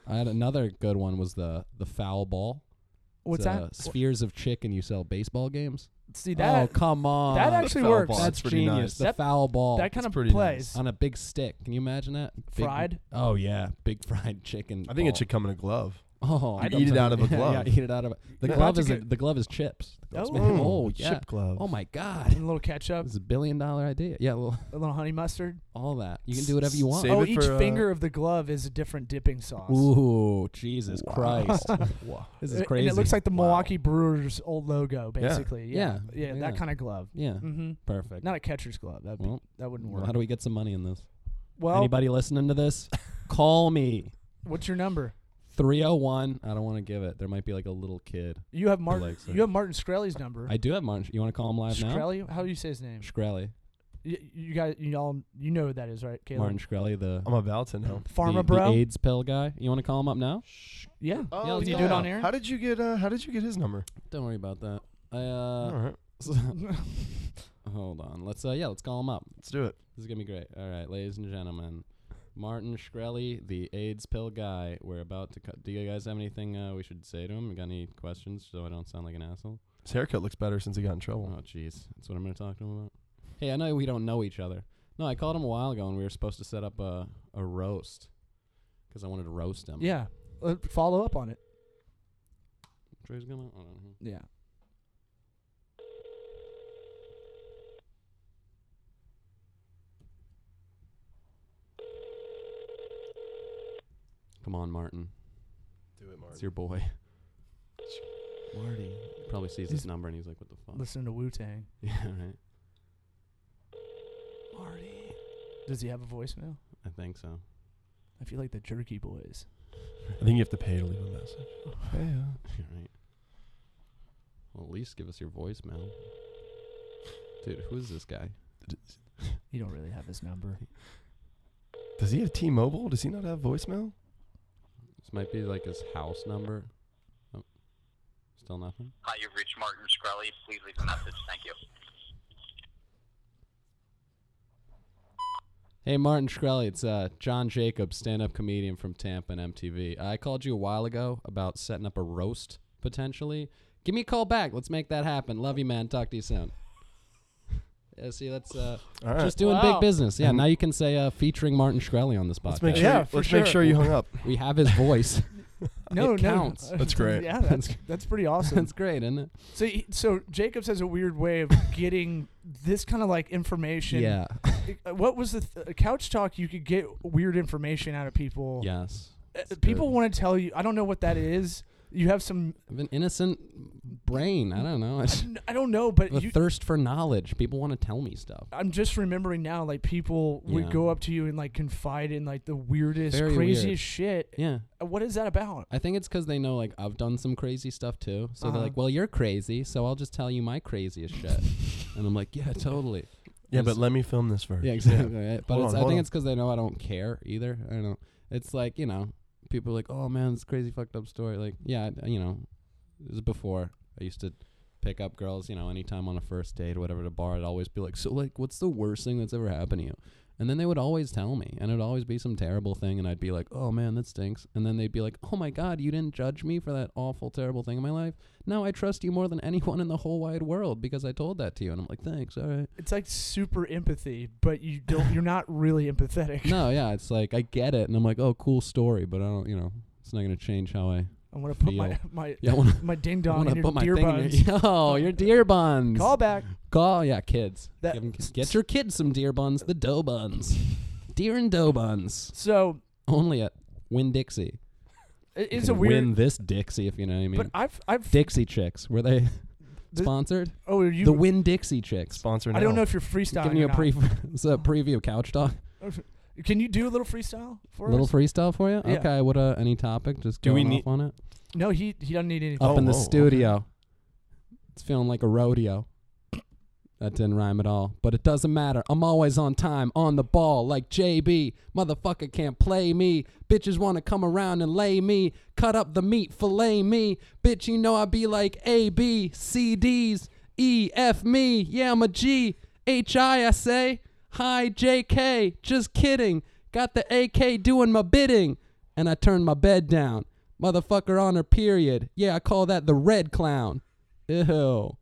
C: I had another good one was the the foul ball.
A: What's
C: It's, uh,
A: that?
C: Spheres of chicken you sell baseball games?
A: See
C: oh,
A: that
C: come on.
A: that actually
B: foul
A: works.
B: ball.
A: That's
B: That's
C: That's
B: pretty
C: genius.
B: nice.
C: The
A: That-
C: foul ball
A: that kind of
B: pretty nice.
A: plays.
C: on a big stick. Can you imagine that? Big-
A: Fried?
C: Oh yeah, big [laughs] fried chicken.
B: I think
C: ball.
B: it should come in a glove.
C: Oh,
B: You eat it out of a
C: [laughs] Yeah,
B: glove.
C: yeah, eat it out of a, the
A: Yeah.
C: glove. Is a,
A: Patrick-
C: the glove is chips. The glove's
A: Oh.
C: made- [laughs] oh
B: [laughs]
C: yeah.
B: Chip glove.
C: Oh my god, [laughs]
A: And a little ketchup,
C: this is a billion dollar idea. Yeah, well,
A: a little honey mustard.
C: all that you can do whatever you want.
B: Save
A: oh,
B: it
A: each
B: for, uh,
A: finger of the glove is a different dipping sauce.
C: Ooh, Jesus
A: [laughs]
C: Christ,
B: Wow.
C: this
A: Uh,
C: is crazy.
A: And it looks like the
C: Wow.
A: Milwaukee Brewers old logo, basically. Yeah, yeah,
C: Yeah.
A: that
C: Yeah.
A: kind of glove.
C: Yeah,
A: Mm-hmm.
C: perfect.
A: Not a catcher's glove. That
C: well,
A: that wouldn't
C: well,
A: work.
C: how do we get some money in this?
A: Well,
C: Anybody listening to this?
A: [laughs]
C: call me.
A: what's your number?
C: 301. I don't want to give it. There might be like a little kid.
A: You have Martin.
C: likes it.
A: you have Martin Shkreli's number.
C: I do have Martin. You want to call him live now?
A: Shkreli? How do you say his name?
C: Shkreli.
A: You, you guys, you all, you know who that is, right, Caleb?
C: Martin Shkreli, the,
B: I'm about to
C: Mm.
B: know.
A: Pharma
C: the,
A: bro.
C: the AIDS pill guy. You want to call him up now?
A: yeah.
C: Yeah,
B: Oh,
C: let's
A: do
B: yeah.
A: you do it on air?
B: How did you get? Uh, how did you get his number?
C: Don't worry about that. I, uh,
B: All right,
C: [laughs] hold on. Let's, uh, yeah, let's call him up.
B: let's do it.
C: This is going to be great. All right, ladies and gentlemen. Martin Shkreli, the AIDS pill guy. We're about to. Cu- do you guys have anything uh, we should say to him? You got any questions so I don't sound like an asshole?
B: His haircut looks better since he got in trouble.
C: Oh, jeez. That's what I'm going to talk to him about. Hey, I know we don't know each other. No, I called him a while ago, and we were supposed to set up a, a roast because I wanted to roast him.
A: yeah. Uh, follow up on it.
C: Trey's gonna. Hold on here.
A: Yeah.
C: Come on, Martin.
B: Do it,
C: It's your boy. [laughs] Marty. Probably sees this
A: He's-
C: number and he's like, what the fuck?
A: Listen to Wu Tang.
C: [laughs] Yeah, right. Marty.
A: Does he have a voicemail?
C: I think so. [laughs]
A: I feel like the Jerky Boys.
B: I think you have to pay to leave a message.
C: You're right. Well, at least give us your voicemail. Dude, who is this guy?
A: You don't really have his number.
B: Does he have T-Mobile? Does he not have voicemail?
C: This might be like his house number. Oh. Still nothing?
D: Hi, you've reached Martin Shkreli. Please leave a message. Thank you.
C: Hey, Martin Shkreli, it's uh, John Jacobs, stand up comedian from Tampa and MTV. I called you a while ago about setting up a roast, potentially. Give me a call back. Let's make that happen. Love you, man. Talk to you soon. [laughs] yeah, see, that's uh,
B: All right. Mm-hmm.
C: just doing big
A: Wow.
C: business. Yeah, now you can say uh, featuring Martin Shkreli on this podcast.
B: let's make sure.
A: Yeah,
B: you-
A: for
B: let's make
A: sure.
B: sure you hung up.
C: we have his voice. [laughs]
A: No,
C: It
A: no. [laughs]
C: counts.
B: That's great.
A: yeah,
C: [laughs]
A: that's that's pretty awesome.
C: that's great, isn't it?
A: so, he- so Jacobs has a weird way
C: [laughs]
A: of getting this kind of like information.
C: Yeah. [laughs]
A: Uh, What was the th- uh, couch talk? You could get weird information out of people.
C: yes.
A: Uh,
C: It's
A: people
C: good.
A: want to tell you. I don't know what that is. You have some.
C: I have an innocent brain. I
B: [laughs]
C: don't [laughs] know. It's
A: n- I don't know, but
C: a
A: you,
C: thirst for knowledge. People want to tell me stuff.
A: I'm just remembering now. Like people
C: Yeah.
A: would go up to you and like confide in like the weirdest,
C: Very
A: craziest
C: weird.
A: shit.
C: Yeah.
A: Uh, What is that about?
C: I think it's because they know like I've done some crazy stuff too. So they're
A: Uh-huh.
C: like, "Well, you're crazy, so I'll just tell you my craziest shit." and I'm like, "Yeah, totally."
B: [laughs] Yeah,
C: Yes.
B: but let me film this first. [laughs]
C: Yeah, exactly. right? But
B: Hold
C: it's,
B: on,
C: I
B: hold
C: think
B: on.
C: it's because they know I don't care either. I don't. know. It's like you know, people are like, "Oh man, this crazy fucked up story." Like, yeah, I- you know, this is before I used to pick up girls. You know, anytime on a first date or whatever at a bar, I'd always be like, "So like, what's the worst thing that's ever happened to you?" And then they would always tell me, and it'd always be some terrible thing, and I'd be like, "Oh man, that stinks." And then they'd be like, "Oh my god, you didn't judge me for that awful, terrible thing in my life. Now I trust you more than anyone in the whole wide world because I told that to you." And I'm like, "Thanks, all right."
A: It's like super empathy, but
C: [laughs]
A: you don't. You're not really empathetic
C: no, yeah, it's like I get it, and I'm like, oh, cool story, but I don't, you know, it's not gonna change how I.
A: I want to put my my [laughs]
C: Yeah, I want
A: my ding
C: to
A: dong in your
C: put my
A: deer
C: thing
A: buns.
C: in your. [laughs] Yo, your deer buns.
A: Call back.
C: Call, yeah, kids.
A: That-
C: Give 'em- get your kids some deer buns, the dough buns, deer and dough buns.
A: So
C: Only at Win Dixie.
A: it,
C: You
A: it's a
C: can
A: weird.
C: Win this Dixie, if you know what I mean.
A: but I've I've
C: Dixie chicks were they
A: The-
C: sponsored?
A: oh you.
C: the Win Dixie chicks.
B: Sponsor.
A: I don't know
B: now.
A: if you're freestyling.
C: Giving you a
A: or
C: pre, it's a preview [laughs] of couch talk.
A: not. Can you do a little freestyle for
C: Little
A: us?
C: freestyle for you.
A: Yeah.
C: Okay, what uh, any topic? Just
B: Do we
C: going
B: need-
C: off on it?
A: no, he he doesn't need anything.
C: up
B: Oh,
C: in the
B: whoa, okay.
C: studio. It's feeling like a rodeo. That didn't rhyme at all, but it doesn't matter. I'm always on time, on the ball, like JB. Motherfucker can't play me. Bitches wanna come around and lay me, cut up the meat, fillet me. Bitch, you know I be like A B C D's E F me. Yeah, I'm a G H I I say. Hi JK, just kidding. Got the AK doing my bidding, and I turned my bed down. Motherfucker on her period. Yeah, I call that the red clown. Ew.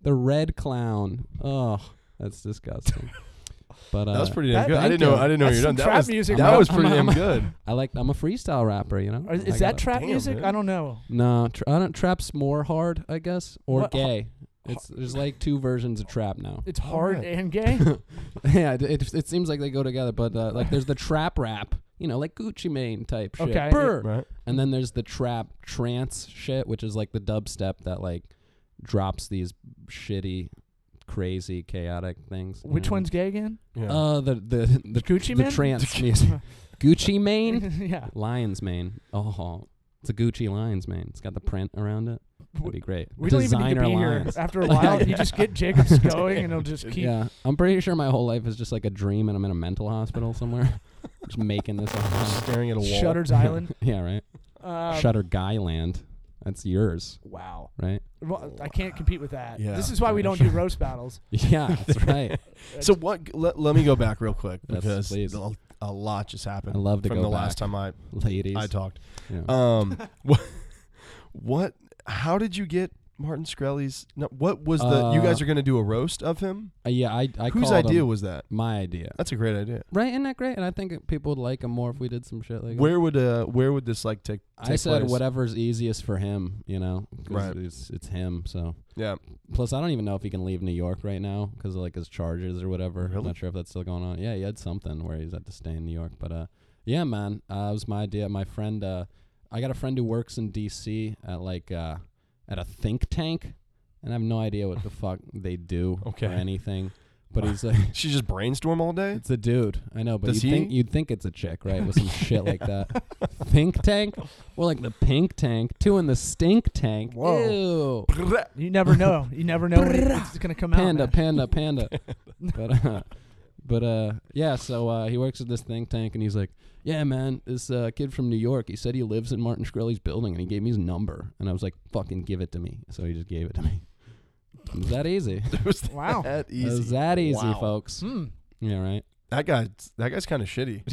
C: The red clown. Oh, that's disgusting. But uh,
B: That was pretty damn
A: That-
B: good. I
C: thank
B: didn't know.
C: you.
B: I didn't know
A: That's
B: you were
A: some
B: done. That
A: trap
B: was
A: music,
B: that
A: bro.
B: was pretty
C: I'm-
B: damn
C: I'm- [laughs]
B: good.
C: I like. I'm a freestyle rapper. You know.
A: Or is,
C: Oh. I
A: is that
C: gotta-
A: trap
B: Damn,
A: music?
B: dude.
A: I don't know.
C: No, tra- I don't. Trap's more hard, I guess, or
A: What-
C: gay. It's there's like two versions of trap now.
A: It's hard
B: right.
A: and gay.
C: [laughs] yeah, it, it, it seems like they go together, but uh, like there's the trap rap, you know, like Gucci Mane type shit.
A: Okay.
C: Brr.
B: Right.
C: And then there's the trap trance shit, which is like the dubstep that like drops these shitty, crazy, chaotic things. Mm-hmm. you
A: Which
C: know?
A: one's gay again?
B: Yeah.
C: Uh, the the the
A: Gucci
C: the
A: Mane?
C: trance
A: [laughs]
C: music. Gucci Mane,
A: yeah.
C: [laughs] Lions Mane. Oh, it's a Gucci Lions Mane. It's got the print around it. That'd be great.
A: We don't even need to
C: Designer
A: be
C: Lions.
A: here. After a while, you just get Jacobs going, and he'll just keep.
C: Yeah, I'm pretty sure my whole life is just like a dream, and I'm in a mental hospital somewhere, [laughs] just making this up.
B: Staring at a wall.
A: Shutters [laughs]
C: [laughs]
A: Island.
C: yeah, right.
A: Um,
C: Shutter Guy Land. That's yours,
A: Wow. [laughs]
C: right?
A: Well, I can't compete with that.
B: Yeah.
A: This is why we don't do roast battles.
C: Yeah, that's right.
B: So what? Let, let me go back real quick
C: Yes,
B: because
C: please.
B: a, a lot just happened.
C: I love to
B: from
C: go
B: the last
C: back.
B: time I
C: Ladies.
B: I talked.
C: Yeah. [laughs]
B: Um, what? What? How did you get Martin Shkreli's? No, what was the? you guys
C: Uh,
B: are going to do a roast of him.
C: Uh, yeah, I, I
B: Whose
C: called
B: idea
C: him
B: was that?
C: my idea.
B: That's a great idea.
C: Right, isn't that great? And I think people would like him more if we did some shit like that.
B: Where would uh where would this like take?
C: I
B: take
C: said
B: place?
C: whatever's easiest for him, you know, 'cause
B: Right.
C: it's it's him. So
B: Yeah, [laughs]
C: plus, I don't even know if he can leave New York right now because of like his charges or whatever. I'm
B: Really?
C: not sure if that's still going on. Yeah, he had something where he's had to stay in New York, but uh, yeah, man, uh, it was my idea. My friend, uh, I got a friend who works in D.C. at like uh, at a think tank, and I have no idea what the fuck they do
B: [laughs] Okay.
C: or anything. But he's like,
B: she just brainstorm all day.
C: It's a dude. I know, but
B: Does
C: you'd think
B: he?
C: you'd think it's a chick, right? With some shit like that. Think tank? We're like the pink tank, two in the stink tank.
A: Whoa.
B: [laughs]
C: Ew.
A: You never know. You never know when it's going to come
C: Panda,
A: out. man.
C: panda, panda. but uh, but uh, yeah, so uh, he works at this think tank and he's like, Yeah, man, this uh, kid from New York, he said he lives in Martin Shkreli's building and he gave me his number and I was like, Fucking give it to me. So he just gave it to me. It was that easy.
B: It
C: [laughs]
B: was
A: Wow.
B: that
C: It
B: easy.
C: was that easy,
B: Wow.
C: folks.
A: Hmm.
C: Yeah, right. [laughs]
B: That guy. That guy's kind of shitty.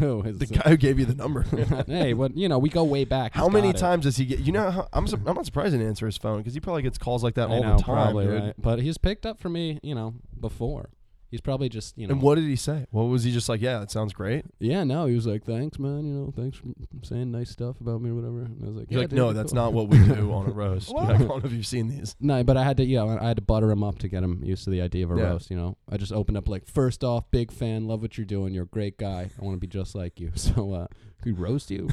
C: Who is
B: The
C: it?
B: guy who gave you the
C: [laughs]
B: number. [laughs]
C: hey, what you know, we go way back.
B: How
C: He's
B: many
C: got it.
B: times does he get? You know, how, I'm su- I'm not surprised he didn't answer his phone because he probably gets calls like that
C: I
B: all
C: know,
B: the time,
C: probably,
B: dude.
C: right? But he's picked up for me, you know, before. He's probably just, you know.
B: And what did he say? What was he just like? Yeah, that sounds great.
C: Yeah, no, he was like, "Thanks, man. You know, thanks for saying nice stuff about me or whatever." And I was like,
B: You're
C: "Yeah,
B: like,
C: dude,
B: no,
C: you're
B: that's
C: cool."
B: not what we do
C: [laughs]
B: on a roast. You're like, I
A: What?
B: don't know if you've seen these.
C: No, but I had to, yeah, I had to butter him up to get him used to the idea of a
B: Yeah.
C: roast. You know, I just opened up like, first off, big fan, love what you're doing. You're a great guy. I want to be just like you. [laughs] So, uh, could
B: [laughs]
C: roast you.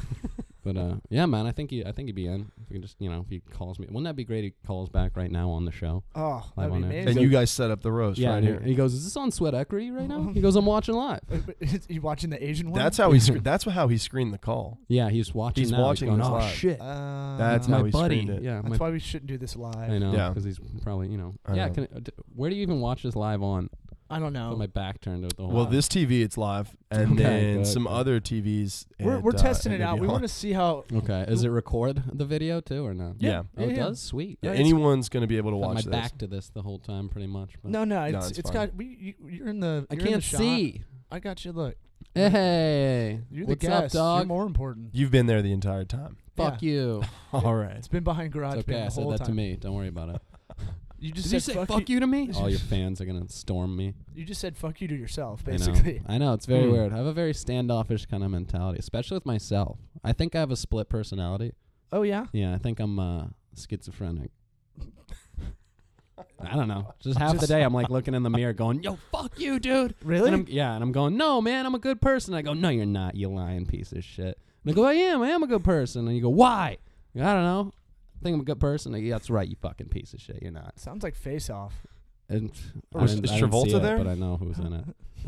C: but uh, yeah, man, I think he, I think he'd be in. If we can just, you know, if he calls me, wouldn't that be great? If he calls back right now on the show.
A: Oh,
C: Live
A: that'd be
C: on air.
A: [laughs]
B: And
A: amazing.
B: you guys set up the roast
C: Yeah,
B: right
C: and he-
B: here.
C: and he goes, "Is this on Sweat Equity
A: [laughs]
C: right now?" He goes, "I'm watching live."
A: you watching the Asian one?
B: That's how
C: [laughs]
B: he. Sc- that's how he screened the call.
C: Yeah, he's watching.
B: He's
C: now.
B: watching
C: going,
B: this
C: oh
B: live."
C: shit!
A: Uh,
B: That's
C: my
B: how he
C: buddy.
B: screened it.
C: Yeah,
A: That's
C: my,
A: why we shouldn't do this live.
C: I know
B: Yeah.
C: because he's probably you know.
B: I
C: yeah,
B: know.
C: Can, uh, d- where do you even watch this live on?
A: I don't
C: Got
A: know.
C: my back turned with the whole.
B: Well, this TV it's
C: [laughs]
B: live, and
C: Okay,
B: then
C: good,
B: some
C: good.
B: other TVs.
A: We're,
B: at,
A: we're
B: uh,
A: testing it out.
B: NWR.
A: We [laughs]
B: [laughs]
A: want to see how.
C: okay, is it record the video too or no?
B: Yeah.
C: Oh,
A: Yeah.
C: it does. Sweet.
B: Yeah,
C: Alright,
B: anyone's going to be able to
C: so I've had
B: watch
C: my
B: this.
C: back to this the whole time, pretty much. but-
A: No, no, it's,
B: it's
A: it's
B: fine.
A: got. We, you, you're in the.
C: I
A: you're in the
C: can't
A: shot.
C: see.
A: I got you. Look,
C: Hey,
A: you're the
C: what's up,
A: guest.
C: dog?
A: You're more important.
B: You've been there the entire time.
A: [laughs]
B: [laughs]
C: Fuck you.
B: All right.
A: It's been behind
C: It's
A: garage
C: okay,
A: band
C: I
A: the
C: said
A: whole
C: that to
A: time.
C: me. Don't worry about it.
A: You
C: Did
A: just
C: you
A: said
C: say fuck you to me?
A: [laughs]
C: All your fans are gonna storm me.
A: You just said fuck you to yourself,
C: I know.
A: basically. [laughs]
C: I know, it's very
B: Hmm.
C: weird. I have a very standoffish kind of mentality, especially with myself. I think I have a split personality.
A: Oh yeah.
C: [laughs] Yeah, I think I'm uh, schizophrenic. I don't know. Just half the day,
B: [laughs]
C: I'm like looking in the mirror, going, "Yo, fuck you, dude."
A: Really?
C: And I'm, yeah, and I'm going, "No, man, I'm a good person." I go, "No, you're not. You lying piece of shit." And I go, "I am. I am a good person." And you go, "Why?" I, go, I don't know. I think I'm a good person. I go, "Yeah, that's right. You fucking piece of shit. You're not.
A: Sounds like Face Off.
C: [laughs] And I
B: Is-
C: didn't-
B: is
C: I didn't see
B: Travolta
C: it,
B: there?
C: but I know
B: [laughs]
C: who's in it.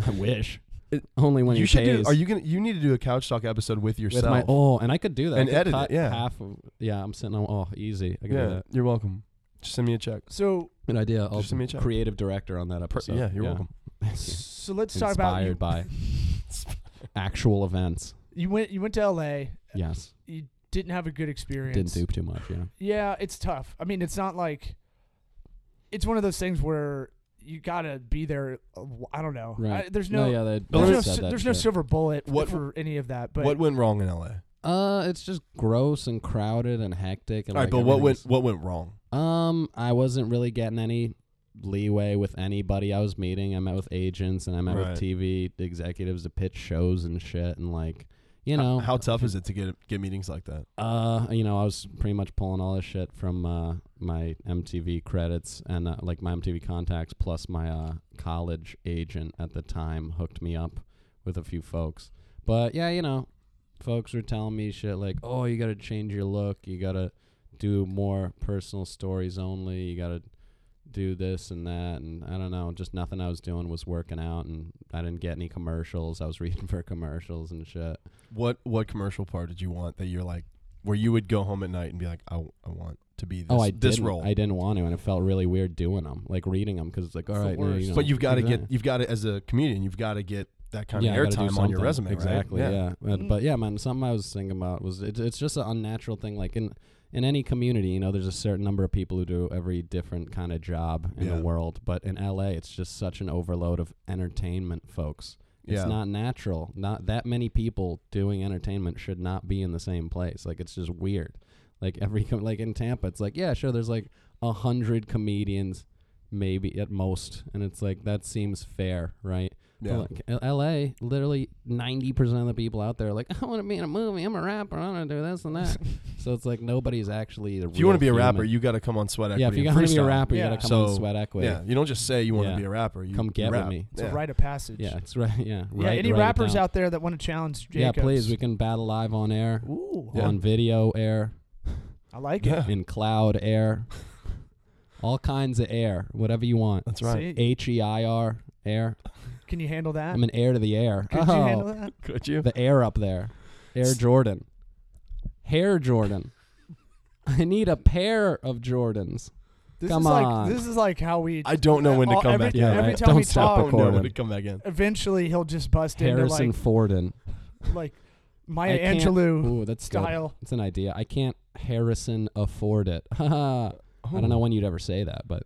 C: I wish.
B: It-
C: Only when
B: you
C: he
B: should do.
C: pays.
B: Are you gonna? You need to do a couch talk episode with
C: with
B: yourself.
C: my oh, and I could do that I
B: And
C: could
B: edit it,
C: cut
B: yeah.
C: half of yeah. I'm sitting on oh easy. I could do
B: yeah,
C: that.
B: you're welcome. Just send me a check.
A: So
C: Good idea. I'll
B: Just send me a check.
C: creative director on that
B: Per-
C: episode.
B: yeah, you're welcome. [laughs]
A: so let's talk
C: Inspired
A: about you. [laughs]
C: by actual events.
A: You went you went to L.A.
C: Yes,
A: You didn't have a good experience.
C: didn't do too much. Yeah,
A: Yeah, it's tough. I mean, it's not like it's one of those things where you gotta be there. a wh- I don't know.
C: right.
A: I, there's no.
C: yeah, they,
A: There's,
C: they
A: no,
C: said
A: si-
C: that
A: there's no
C: shit.
A: silver bullet
B: What-
A: for any of that, but
B: what went wrong in LA?
C: Uh, it's just gross and crowded and hectic. And
B: All right,
C: like
B: but what went
C: everything's-
B: what went wrong?
C: Um, I wasn't really getting any leeway with anybody I was meeting. I met with agents and I met
B: Right.
C: with TV executives to pitch shows and shit. And like, you
B: How-
C: know,
B: how tough is it to get get meetings like that?
C: uh, you know, I was pretty much pulling all this shit from uh, my MTV credits and uh, like my MTV contacts, plus my uh, college agent at the time hooked me up with a few folks. But yeah, you know, folks were telling me shit like, "Oh, you gotta change your look. You gotta do more personal stories only. You gotta do this and that." And I don't know, just nothing I was doing was working out, and I didn't get any commercials. I was reading [laughs] for commercials and shit.
B: What what commercial part did you want that you're like where you would go home at night and be like I, w- I want to be this
C: oh, I
B: this
C: didn't,
B: role.
C: I didn't want to, and it felt really weird doing them, like reading them, because it's like, all
A: the
C: right, now,
A: worst.
C: you know,
B: but you've got to get
C: exactly.
B: you've got to as a comedian you've got to get that kind
C: yeah, I
B: of
C: gotta do
B: airtime on your
C: something.
B: resume right?
C: exactly. Yeah, But,
A: Mm.
C: but yeah, man, something I was thinking about was it, it's just an unnatural thing. Like in in any community, you know, there's a certain number of people who do every different kind of job in
B: Yeah.
C: the world, but in LA, it's just such an overload of entertainment, folks. It's
B: Yeah.
C: not natural. Not that many people doing entertainment should not be in the same place. Like it's just weird. Like every com- like in Tampa, it's like yeah, sure. There's like a hundred comedians, maybe at most, and it's like that seems fair, right? But,
B: Yeah.
C: like, L- L.A. Literally ninety percent of the people out there are like, [laughs] I want to be in a movie. I'm a rapper. I want to do this
B: [laughs]
C: and that. so it's like nobody's actually.
B: If you
C: want to
B: be a rapper, you got to come on Sweat Equity.
C: yeah. If you
B: and
C: gotta be a
B: freestyle.
C: rapper,
A: Yeah.
C: you gotta come
B: so
C: on sweat equity.
B: Yeah, you don't just say you want to
C: Yeah.
B: be a rapper. You
C: Come
B: you
C: get with
B: rap.
C: me.
A: It's
B: Yeah.
A: a rite of passage.
C: Yeah, it's right. Yeah,
A: Yeah,
C: right,
A: any
C: write it
A: rappers
C: down.
A: out there that want to challenge
C: Yeah,
A: Jacobs?
C: please. We can battle live on air,
A: Ooh,
B: Yeah.
C: on video air,
A: I like it.
B: Yeah,
C: in cloud
B: [laughs]
C: air, all kinds of air, whatever you want.
B: that's right.
A: See,
C: H E I R air.
B: Uh,
A: can you handle that?
C: I'm an heir to the air.
A: Could you
C: Oh,
A: handle that?
B: Could you?
C: the air up there, Air Jordan, Hair Jordan. [laughs] I need a pair of Jordans.
A: This
C: Come
A: is
C: on.
A: like this is like how we.
B: I don't know when to
A: all-
B: come
A: every-
B: back.
A: Yeah,
B: in.
A: every
B: I
A: time
C: Don't
A: we
C: stop
A: talk-
B: don't know when to
C: recording.
B: come back in.
A: Eventually, he'll just bust
C: Harrison
A: into
C: Forden.
A: like like
C: I
A: Maya
C: can't-
A: Angelou
C: Ooh, that's good.
A: style.
C: It's an idea. I can't Harrison afford it. [laughs] I
A: Oh.
C: don't know when you'd ever say that, but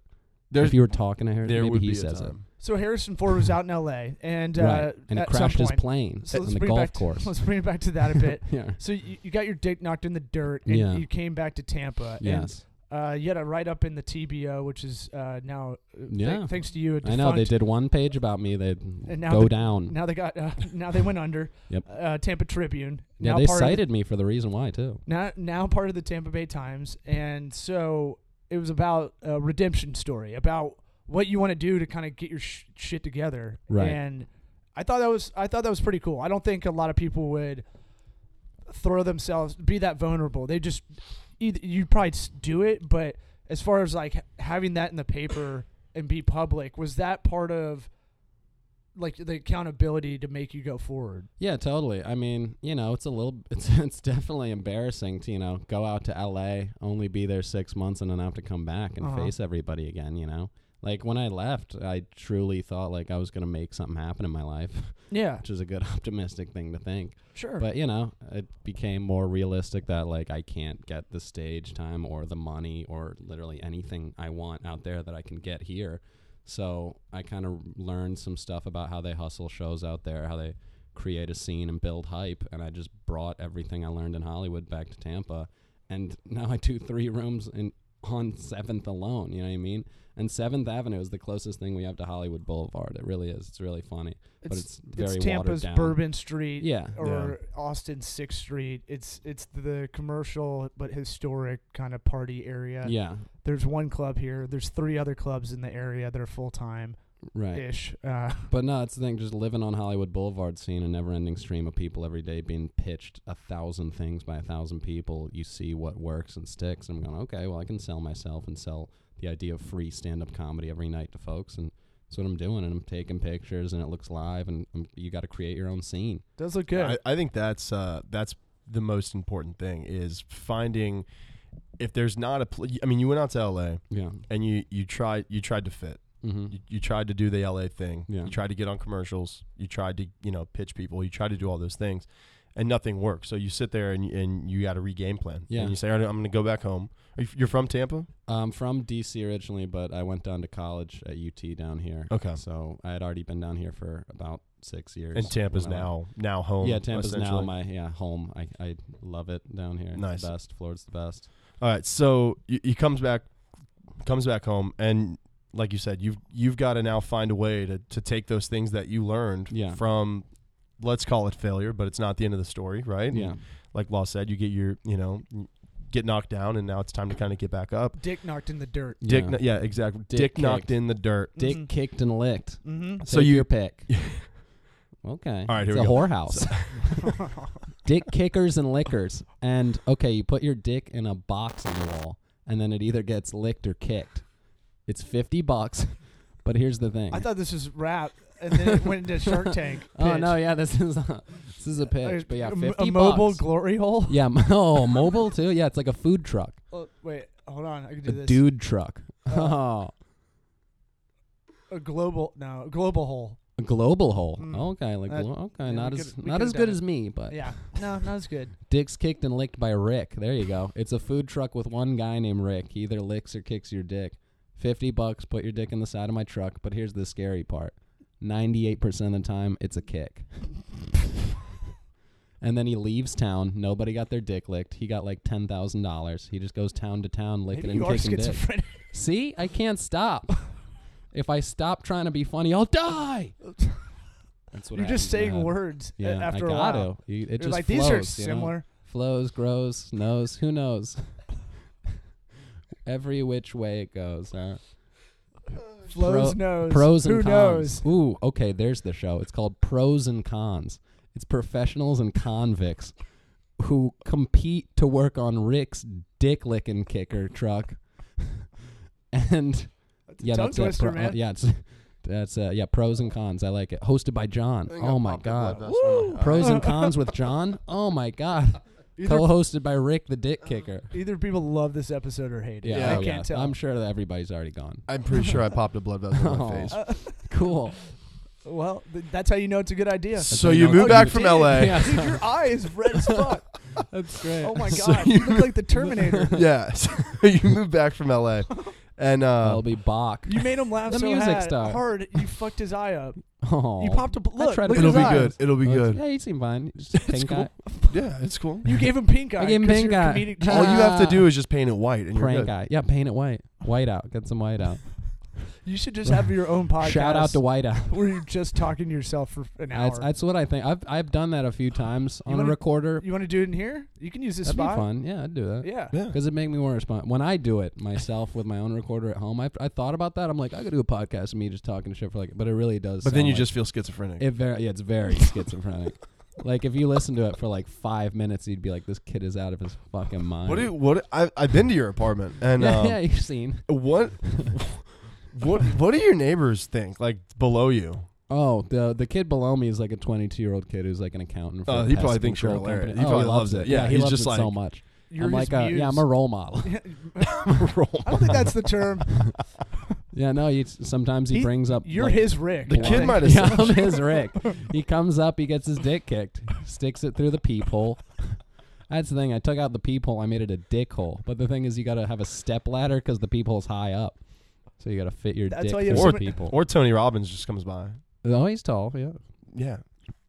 B: There's,
C: if you were talking to Harrison,
B: there
C: maybe
B: would
C: he
B: be a
C: says it.
B: time.
A: So Harrison Ford was out in L.A. and uh,
C: right. And it
A: at some
C: crashed his
A: point-
C: plane
A: So
C: on
A: let's
C: the
A: bring it
C: golf
A: back to- [laughs]
C: course.
A: Let's bring it back to that a
C: [laughs]
A: bit.
C: yeah.
A: So you, you got your dick knocked in the dirt, and
C: Yeah.
A: you came back to Tampa.
C: Yes.
A: And, uh, you had a write up in the TBO, which is uh, now, uh, th-
C: Yeah.
A: thanks to you, a
C: I know they
A: defunct-
C: did one page about me. They
A: And now
C: go
A: the-
C: down.
A: Now they got. Uh, now they went under.
C: Yep.
A: Uh, Tampa Tribune.
C: yeah,
A: now
C: they
A: part of the-
C: cited me for the reason why too.
A: now now part of the Tampa Bay Times, and so it was about a redemption story about what you want to do to kind of get your sh- shit together.
C: Right.
A: And I thought that was I thought that was pretty cool. I don't think a lot of people would throw themselves be that vulnerable. They just either you probably s- do it, but as far as like h- having that in the paper and be public, was that part of like the accountability to make you go forward?
C: Yeah, totally. I mean, you know, it's a little, [laughs] it's it's definitely embarrassing to you know go out to L.A. only be there six months and then have to come back and
A: Uh-huh.
C: face everybody again. You know, like when I left, I truly thought like I was gonna make something happen in my life, [laughs]
A: Yeah,
C: which is a good optimistic thing to think.
A: sure.
C: But you know, it became more realistic that like I can't get the stage time or the money or literally anything I want out there that I can get here. So I kind of learned some stuff about how they hustle shows out there, how they create a scene and build hype, and I just brought everything I learned in Hollywood back to Tampa, and [laughs] now I do three rooms in on Seventh alone. You know what I mean? And Seventh Avenue is the closest thing we have to Hollywood Boulevard. It really is. It's really funny, but it's very
A: it's Tampa's
C: watered down.
A: Bourbon Street
C: Yeah.
A: or Austin Sixth Street. It's it's the commercial but historic kind of party area.
C: Yeah,
A: There's one club here. There's three other clubs in the area that are full time
C: right.
A: ish. Uh, [laughs]
C: But no, it's the thing. Just living on Hollywood Boulevard, seeing a never-ending stream of people every day being pitched a thousand things by a thousand people. You see what works and sticks. And I'm going, okay, well, I can sell myself and sell the idea of free stand-up comedy every night to folks, and that's what I'm doing. And I'm taking pictures, and it looks live, and i you got to create your own scene.
A: does look good.
B: I, I think that's uh, that's the most important thing is finding if there's not a. Pl- I mean, you went out to LA
C: Yeah.
B: and you you tried you tried to fit.
C: Mm-hmm.
B: You, you tried to do the LA thing.
C: Yeah.
B: You tried to get on commercials. You tried to you know pitch people. You tried to do all those things, and nothing worked. So you sit there and and you got a regame plan.
C: Yeah.
B: And you say, all right, I'm going to go back home. Are you- You're from Tampa.
C: I'm Um, from DC originally, but I went down to college at UT down here.
B: Okay.
C: So I had already been down here for about six years.
B: And Tampa's
C: when I left.
B: now now home.
C: Yeah, Tampa's now
B: essentially.
C: my yeah home. I, I love it down here.
B: Nice.
C: It's the best. Florida's the best.
B: All right, so y- he comes back, comes back home, and like you said, you've you've got to now find a way to to take those things that you learned
C: Yeah.
B: from let's call it failure, but it's not the end of the story, right? And
C: Yeah.
B: like Law said, you get your, you know, get knocked down and now it's time to kind of get back up.
A: Dick knocked in the dirt.
B: Dick
C: Yeah.
B: kn- yeah, exactly.
C: Dick
B: Dick, knocked
C: kicked.
B: in the dirt.
C: Dick
A: Mhm.
C: kicked and licked. [laughs]
A: Mm-hmm.
B: So
C: Take
B: you-
C: your pick. okay.
B: All right,
C: it's
B: here we
C: a
B: go.
C: whorehouse.
B: [laughs]
C: dick kickers and lickers. And okay, you put your dick in a box on the wall, and then it either gets licked or kicked. It's fifty bucks. [laughs] But here's the thing.
A: [laughs] I thought this was rap, and then it went into Shark Tank.
C: [laughs] oh
A: pitch.
C: no, yeah, this is [laughs] a, this is a pitch. But yeah,
A: A m-
C: fifty
A: a mobile
C: bucks.
A: glory
C: [laughs]
A: hole.
C: yeah, m- oh, mobile too. Yeah, it's like a food truck,
A: Oh, wait, hold on. I can do
C: a
A: this.
C: dude truck.
A: Oh.
C: Oh,
A: A global no, a global hole.
C: [laughs] a global hole.
A: Mm.
C: Okay, like
A: That-
C: glo- okay,
A: yeah, we
C: not
A: could-
C: as
A: we
C: not
A: could've
C: as good
A: done
C: as me, but [laughs]
A: Yeah. No, not as good.
C: Dick's kicked and licked by Rick. There you go. It's a food truck with one guy named Rick. He either licks or kicks your dick. 50 bucks, put your dick in the side of my truck. But here's the scary part 98% of the time, it's a kick. [laughs] and then he leaves town. Nobody got their dick licked. He got like $10,000. He just goes town to town licking
A: Maybe you
C: and
A: are
C: kicking dick.
A: schizophrenic. [laughs]
C: See, I can't stop. [laughs] if I stop trying to be funny, I'll die. That's what
A: You're just
C: happens in my
A: saying
C: head.
A: words a-
C: Yeah,
A: after
C: I
A: a
C: gotta.
A: while.
C: You- it
A: You're
C: just
A: like
C: flows,
A: these are
C: you know?
A: similar.
C: flows, grows, knows, who knows? [laughs] Every which way it goes. Huh?
A: Flows
C: Pro-
A: knows.
C: Pros and
A: Who
C: cons.
A: knows?
C: Ooh, okay, there's the show. It's called Pros and Cons. It's professionals and convicts who compete to work on Rick's dick licking kicker truck. [laughs] and
A: That's a
C: yeah,
A: tongue
C: that's
A: twister,
C: it. Pro- uh,
A: man.
C: yeah, it's [laughs] that's uh, yeah, pros and cons. I like it. Hosted by John. Oh my god.
B: [laughs]
C: Pros and cons with John. Oh
A: [laughs]
C: my god. Co-hosted by Rick the Dick Kicker.
A: Either people love this episode or hate it. I
C: Yeah, oh,
A: can't
C: yeah.
A: tell.
C: I'm sure that everybody's already gone.
B: I'm pretty sure I popped a blood vessel in [laughs]
C: Oh.
B: my face.
A: [laughs]
C: Cool.
A: well, th- that's how you know it's a good idea.
B: So
C: how you
B: you
C: know
B: moved
C: it's
B: back
A: good.
B: from
A: Dude, [laughs]
B: LA.
C: yeah.
A: Dude, your eye is red as
C: [laughs]
A: fuck.
C: That's great.
A: Oh my
B: So
A: god, you look like the Terminator.
B: [laughs] yeah, [laughs] so you moved back from LA, and uh,
C: [laughs] I'll be Bach.
A: You made him laugh
C: The
A: so
C: music
A: hard,
C: star.
A: hard, you fucked his eye up.
C: [laughs] Oh.
A: You popped a bl-
C: I
A: look.
C: tried to
A: look at
B: it'll
A: his
B: be
A: eyes.
B: good. It'll be good.
C: Yeah, you
B: [laughs]
C: seem fine. Just Pink
B: cool.
C: eye.
B: Yeah, it's cool.
A: You gave him pink eye.
C: I gave him
A: 'cause
C: pink
A: you're a
C: eye.
A: comedic-
B: All you have to
C: Ah.
B: do is just paint it white, and you're
C: Prank
B: good.
C: eye. Yeah, paint it white. White out. Get some white out.
A: You should just have your own podcast.
C: [laughs] Shout out to White out.
A: [laughs] where you're just talking to yourself for an hour.
C: That's, that's what I think. I've I've done that a few times on a
A: wanna-
C: recorder.
A: you want to do it in here? You can use this
C: That'd be
A: spot.
C: fun. Yeah, I'd do that.
A: Yeah.
B: Yeah.
C: Because it make me more respond when I do it myself with my own recorder at home. I, I thought about that. I'm like, I could do a podcast of me just talking shit for like, but it really does.
B: But then
C: sound
B: you
C: like-
B: just feel schizophrenic.
C: it very yeah,
B: [laughs]
C: it's very schizophrenic. Like if you listen to it for like five minutes, you'd be like, this kid is out of his fucking mind. [laughs]
B: what? Do you, what? I, I've been to your apartment, and
C: yeah,
B: um,
C: yeah, you've seen.
B: what? What? What do your neighbors think? Like below you? [laughs]
C: Oh, the the kid below me is like a 22 year old kid who's like an accountant. For
B: Oh,
C: a
B: he
C: pest
B: probably thinks you're
C: control
B: hilarious.
C: company.
B: He
C: Oh,
B: probably
C: loves
B: loves it. Yeah,
C: he
B: he's
C: loves
B: just
C: it so
B: like-
C: much.
A: You're
C: I'm
A: his
C: like, a, yeah, I'm a
A: muse.
C: role model. [laughs]
A: [laughs] I don't think that's the term.
C: yeah, no, you, sometimes he,
A: He-
C: brings up.
A: You're
C: like,
A: his Rick.
B: The kid
A: Like,
B: might have
C: yeah,
B: said-
C: I'm
A: [laughs]
C: his Rick. He comes up, he gets his dick kicked, sticks it through the peephole. [laughs] That's the thing. I took out the peephole, I made it a dick hole. But the thing is, you got to have a step ladder because the peephole's high up, so you got to fit your
A: That's
C: dick
A: why you
C: through
A: have so
C: the
A: many-
C: peephole.
A: [laughs]
B: Or Tony Robbins just comes by.
C: oh, he's tall. Yeah,
B: Yeah.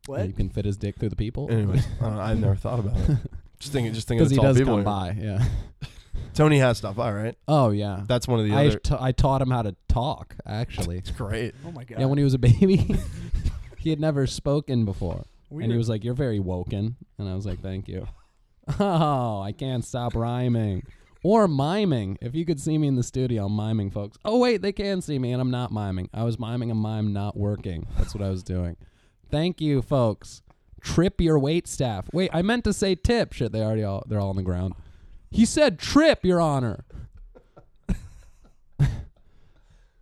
A: What?
C: you can fit his dick through the
B: [laughs]
C: peephole
B: Anyways, I, don't know, I never thought about [laughs] it. Just thinking, just thinking.
C: because
B: Of
C: he
B: tall people
C: does come
B: here.
C: by. Yeah. [laughs]
B: Tony has stuff. All right,
C: Oh yeah.
B: that's one of the
C: I
B: other.
C: ta- I taught him how to talk
A: [laughs]
C: actually.
B: It's [laughs] great.
A: Oh my god.
C: yeah, when he was a baby, [laughs] he had never spoken before.
A: Weird.
C: And he was like, "You're very woken," and I was like, "Thank you." [laughs] Oh, I can't stop rhyming or miming. If you could see me in the studio, I'm miming, folks. Oh wait, they can see me, and I'm not miming. I was miming a mime not working. That's what I was doing. Thank you, folks. Trip your wait staff. Wait, I meant to say tip. Shit, they already all they're all on the ground. He said trip, Your Honor. [laughs] That's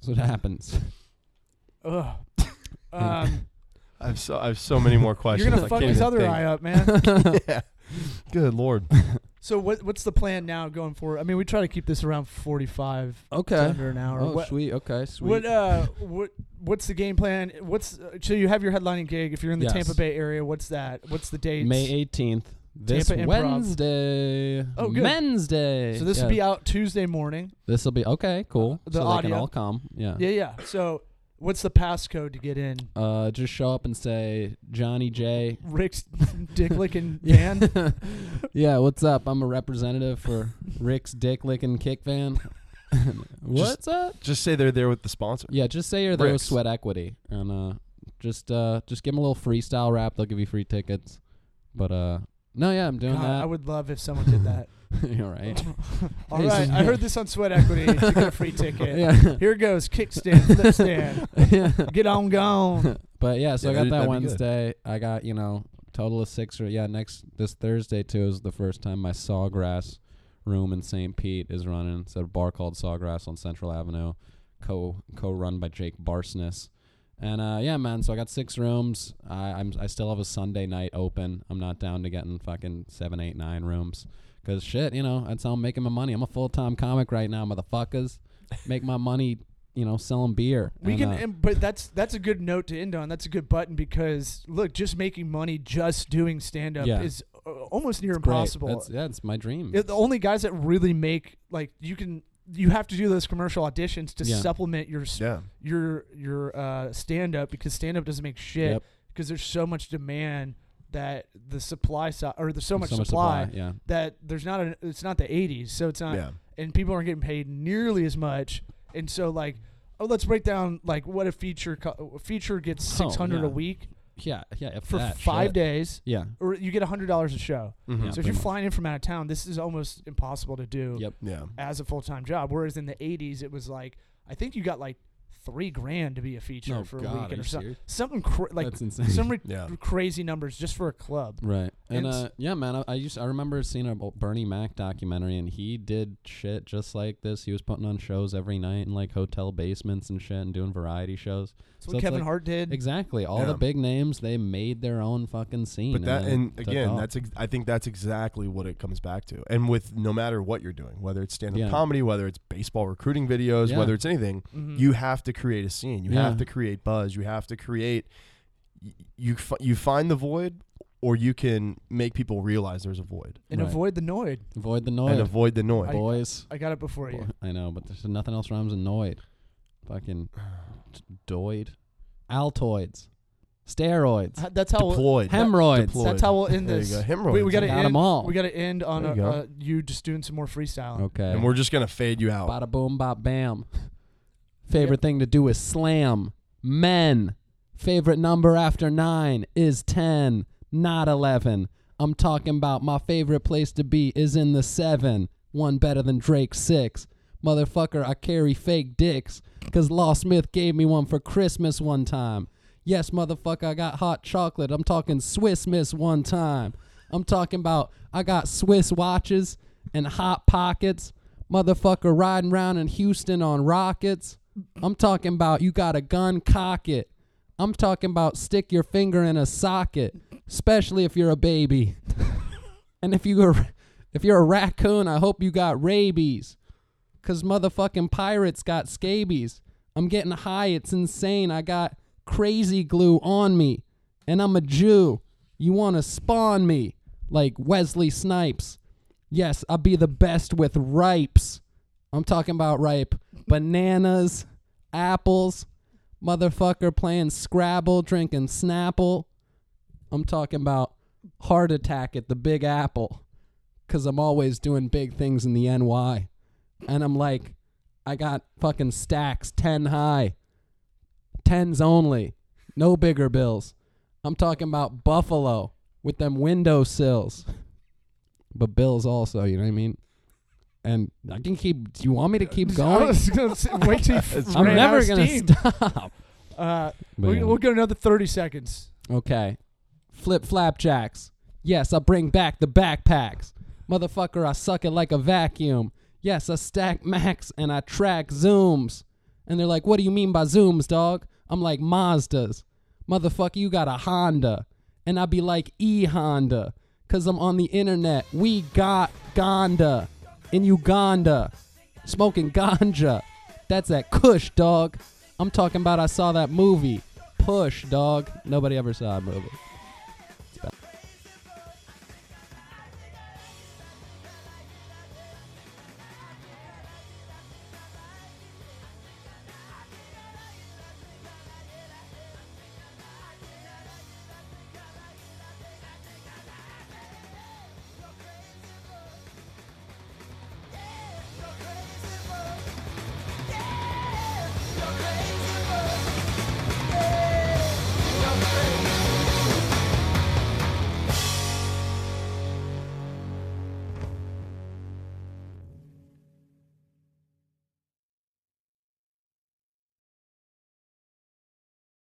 C: what happens.
A: Ugh.
C: [laughs]
A: Um,
B: I have so I have so many [laughs] more questions.
A: you're gonna
B: I
A: fuck
B: can't
A: his
B: even
A: other
B: think.
A: eye up, man. [laughs]
B: yeah. Good lord.
A: So what what's the plan now going forward? I mean, we try to keep this around 45
C: Okay.
A: to under an hour.
C: Oh,
A: what,
C: sweet. Okay, sweet.
A: what uh what what's the game plan? What's uh, so you have your headlining gig if you're in the
C: Yes.
A: Tampa Bay area? What's that? What's the date?
C: May 18th. This
A: Tampa Improv.
C: Wednesday.
A: Oh, good.
C: Wednesday.
A: So this
C: yeah.
A: will be out Tuesday morning.
C: This will be okay. Cool.
A: the
C: so they
A: audio.
C: can all come. Yeah.
A: Yeah, yeah. So what's the passcode to get in?
C: Uh, just show up and say
A: [laughs]
C: Johnny J. [laughs]
A: Rick's dick licking
C: Yeah. [laughs]
A: van. [laughs]
C: yeah. What's up? I'm a representative for Rick's Dick Licking Kick Van. [laughs] What's up?
B: Just say they're there with the sponsor.
C: Yeah, just say you're there with
B: Rick's.
C: Sweat Equity, and uh, just uh, just give them a little freestyle rap. They'll give you free tickets. But uh, no, yeah, I'm doing
A: God, I
C: that.
A: would love if someone did that.
C: [laughs]
A: [laughs]
C: You're [laughs] right.
A: All
C: Hey,
A: right,
C: so-
A: I heard this on Sweat Equity. You get a
C: [laughs]
A: free ticket.
C: yeah.
A: Here goes kickstand, flip stand.
C: [laughs] yeah.
A: Get on, gone.
C: But yeah,
B: Yeah,
C: so I
B: that'd-
C: got that
B: that'd be good.
C: Wednesday. I got you know total of six. Or yeah, next this Thursday too is the first time my Sawgrass room in St. Pete is running. It's a bar called Sawgrass on Central Avenue, co co run by Jake Barsness. And uh, yeah, man. So I got six rooms. I, I'm I still have a Sunday night open. I'm not down to getting fucking seven, eight, nine rooms. Cause shit, you know that's how I'm making my money. I'm a full time comic right now, motherfuckers. Make my money, you know, selling beer.
A: We
C: And,
A: can,
C: uh,
A: and, but that's that's a good note to end on. That's a good button because look, just making money just doing stand up
C: Yeah.
A: is uh, almost near
C: Great.
A: impossible.
C: That's, yeah, it's my dream.
A: Yeah, the only guys that really make like you can you have to do those commercial auditions to
C: Yeah.
A: supplement your s-
B: Yeah.
A: your your uh, stand up because stand up doesn't make shit
C: Yep.
A: because there's so much demand that the supply side or there's so much
C: So much
A: supply,
C: supply. Yeah.
A: that there's not a, it's not the 80s so it's not
B: Yeah.
A: and people aren't getting paid nearly as much and so like oh let's break down like what a feature co- a feature gets
C: Oh,
A: 600 a
C: yeah.
A: week
C: Yeah. Yeah. if
A: for
C: that,
A: 5
C: shit.
A: days
C: Yeah.
A: or you get $100 a show
B: Mhm.
C: Yeah.
A: so if you're
C: pretty much.
A: flying in from out of town this is almost impossible to do
C: Yep.
B: Yeah.
A: as a full-time job whereas in the 80s it was like i think you got like 3 grand to be a feature
C: Oh,
A: for
C: God,
A: a
C: are
A: weekend
C: you
A: or something
C: serious?
A: something cra- like
C: That's insane. [laughs]
A: some re-
B: Yeah.
A: crazy numbers just for a club
C: Right. And
A: It's-
C: uh, yeah, man, I, I used I remember seeing a Bo- Bernie Mac documentary, and he did shit just like this. He was putting on shows every night in like hotel basements and shit, and doing variety shows.
A: that's what
C: So it's
A: kevin
C: like-
A: hart did
C: Exactly. All the
B: Yeah.
C: big names they made their own fucking scene.
B: But that
C: then
B: and
C: took
B: again,
C: off.
B: that's ex- I think that's exactly what it comes back to. And with no matter what you're doing, whether it's stand up
C: Yeah.
B: comedy, whether it's baseball recruiting videos,
C: Yeah.
B: whether it's anything,
A: Mhm.
B: you have to create a scene. You have
C: Yeah.
B: to create buzz. You have to create. y- You fi- you find the void, or you can make people realize there's a void
A: and
C: Right.
A: avoid the noid
C: avoid the
B: and
C: noise,
B: avoid the noise.
C: boys.
A: i got it before you
C: Boy, I know, but there's nothing else rhymes with Noid.
A: [sighs]
C: Fucking t- doid. Altoids. Steroids.
A: Uh, That's how. We'll,
B: deployed.
C: Hemorrhoids.
B: Deployed.
A: that's how we'll end
B: There you
A: this.
B: go. Hemorrhoids.
A: We, we gotta
C: Got
A: end.
C: 'em all.
A: We gotta end on
B: There
A: you,
B: you go.
A: uh, you just doing some more freestyle.
C: Okay.
B: and we're just gonna fade you out.
C: Bada boom, bop bam. Favorite thing to do is slam. Men. Favorite number after nine is 10, not 11. I'm talking about my favorite place to be is in the seven. One better than Drake's six. Motherfucker, I carry fake dicks. Cause Law Smith gave me one for Christmas one time. Yes, motherfucker, I got hot chocolate. I'm talking Swiss Miss one time. I'm talking about I got Swiss watches and hot pockets. Motherfucker riding around in Houston on rockets. I'm talking about you got a gun, cock it. I'm talking about stick your finger in a socket, especially if you're a baby. and if you are, if you're a raccoon, I hope you got rabies. Cause motherfucking pirates got scabies. I'm getting high, it's insane. I got crazy glue on me. And I'm a Jew. You wanna spawn me like Wesley Snipes. Yes, I'll be the best with ripes. I'm talking about ripe bananas, apples, motherfucker playing Scrabble, drinking Snapple. I'm talking about heart attack at the Big Apple because I'm always doing big things in the NY. And I'm like, I got fucking stacks 10 high, 10s only, no bigger bills. I'm talking about Buffalo with them window sills but Bills also. You know what I mean? And I can keep. Do you want me to keep
A: [laughs] I
C: going?
A: was gonna say, wait till you f- [laughs]
C: I'm
A: ran out
C: never
A: of
C: gonna
A: steam.
C: stop. [laughs]
A: Uh,
C: But
A: we,
C: yeah.
A: We'll get another thirty seconds.
C: Okay. Flip flapjacks. Yes, I bring back the backpacks. Motherfucker, I suck it like a vacuum. Yes, I stack max and I track zooms. And they're like, what do you mean by zooms, dog? I'm like, Mazdas. Motherfucker, you got a Honda. And I be like, E Honda. Cause I'm on the internet. We got Gonda in Uganda. Smoking ganja. That's that Kush, dog. I'm talking about I saw that movie. Push, dog. Nobody ever saw a movie.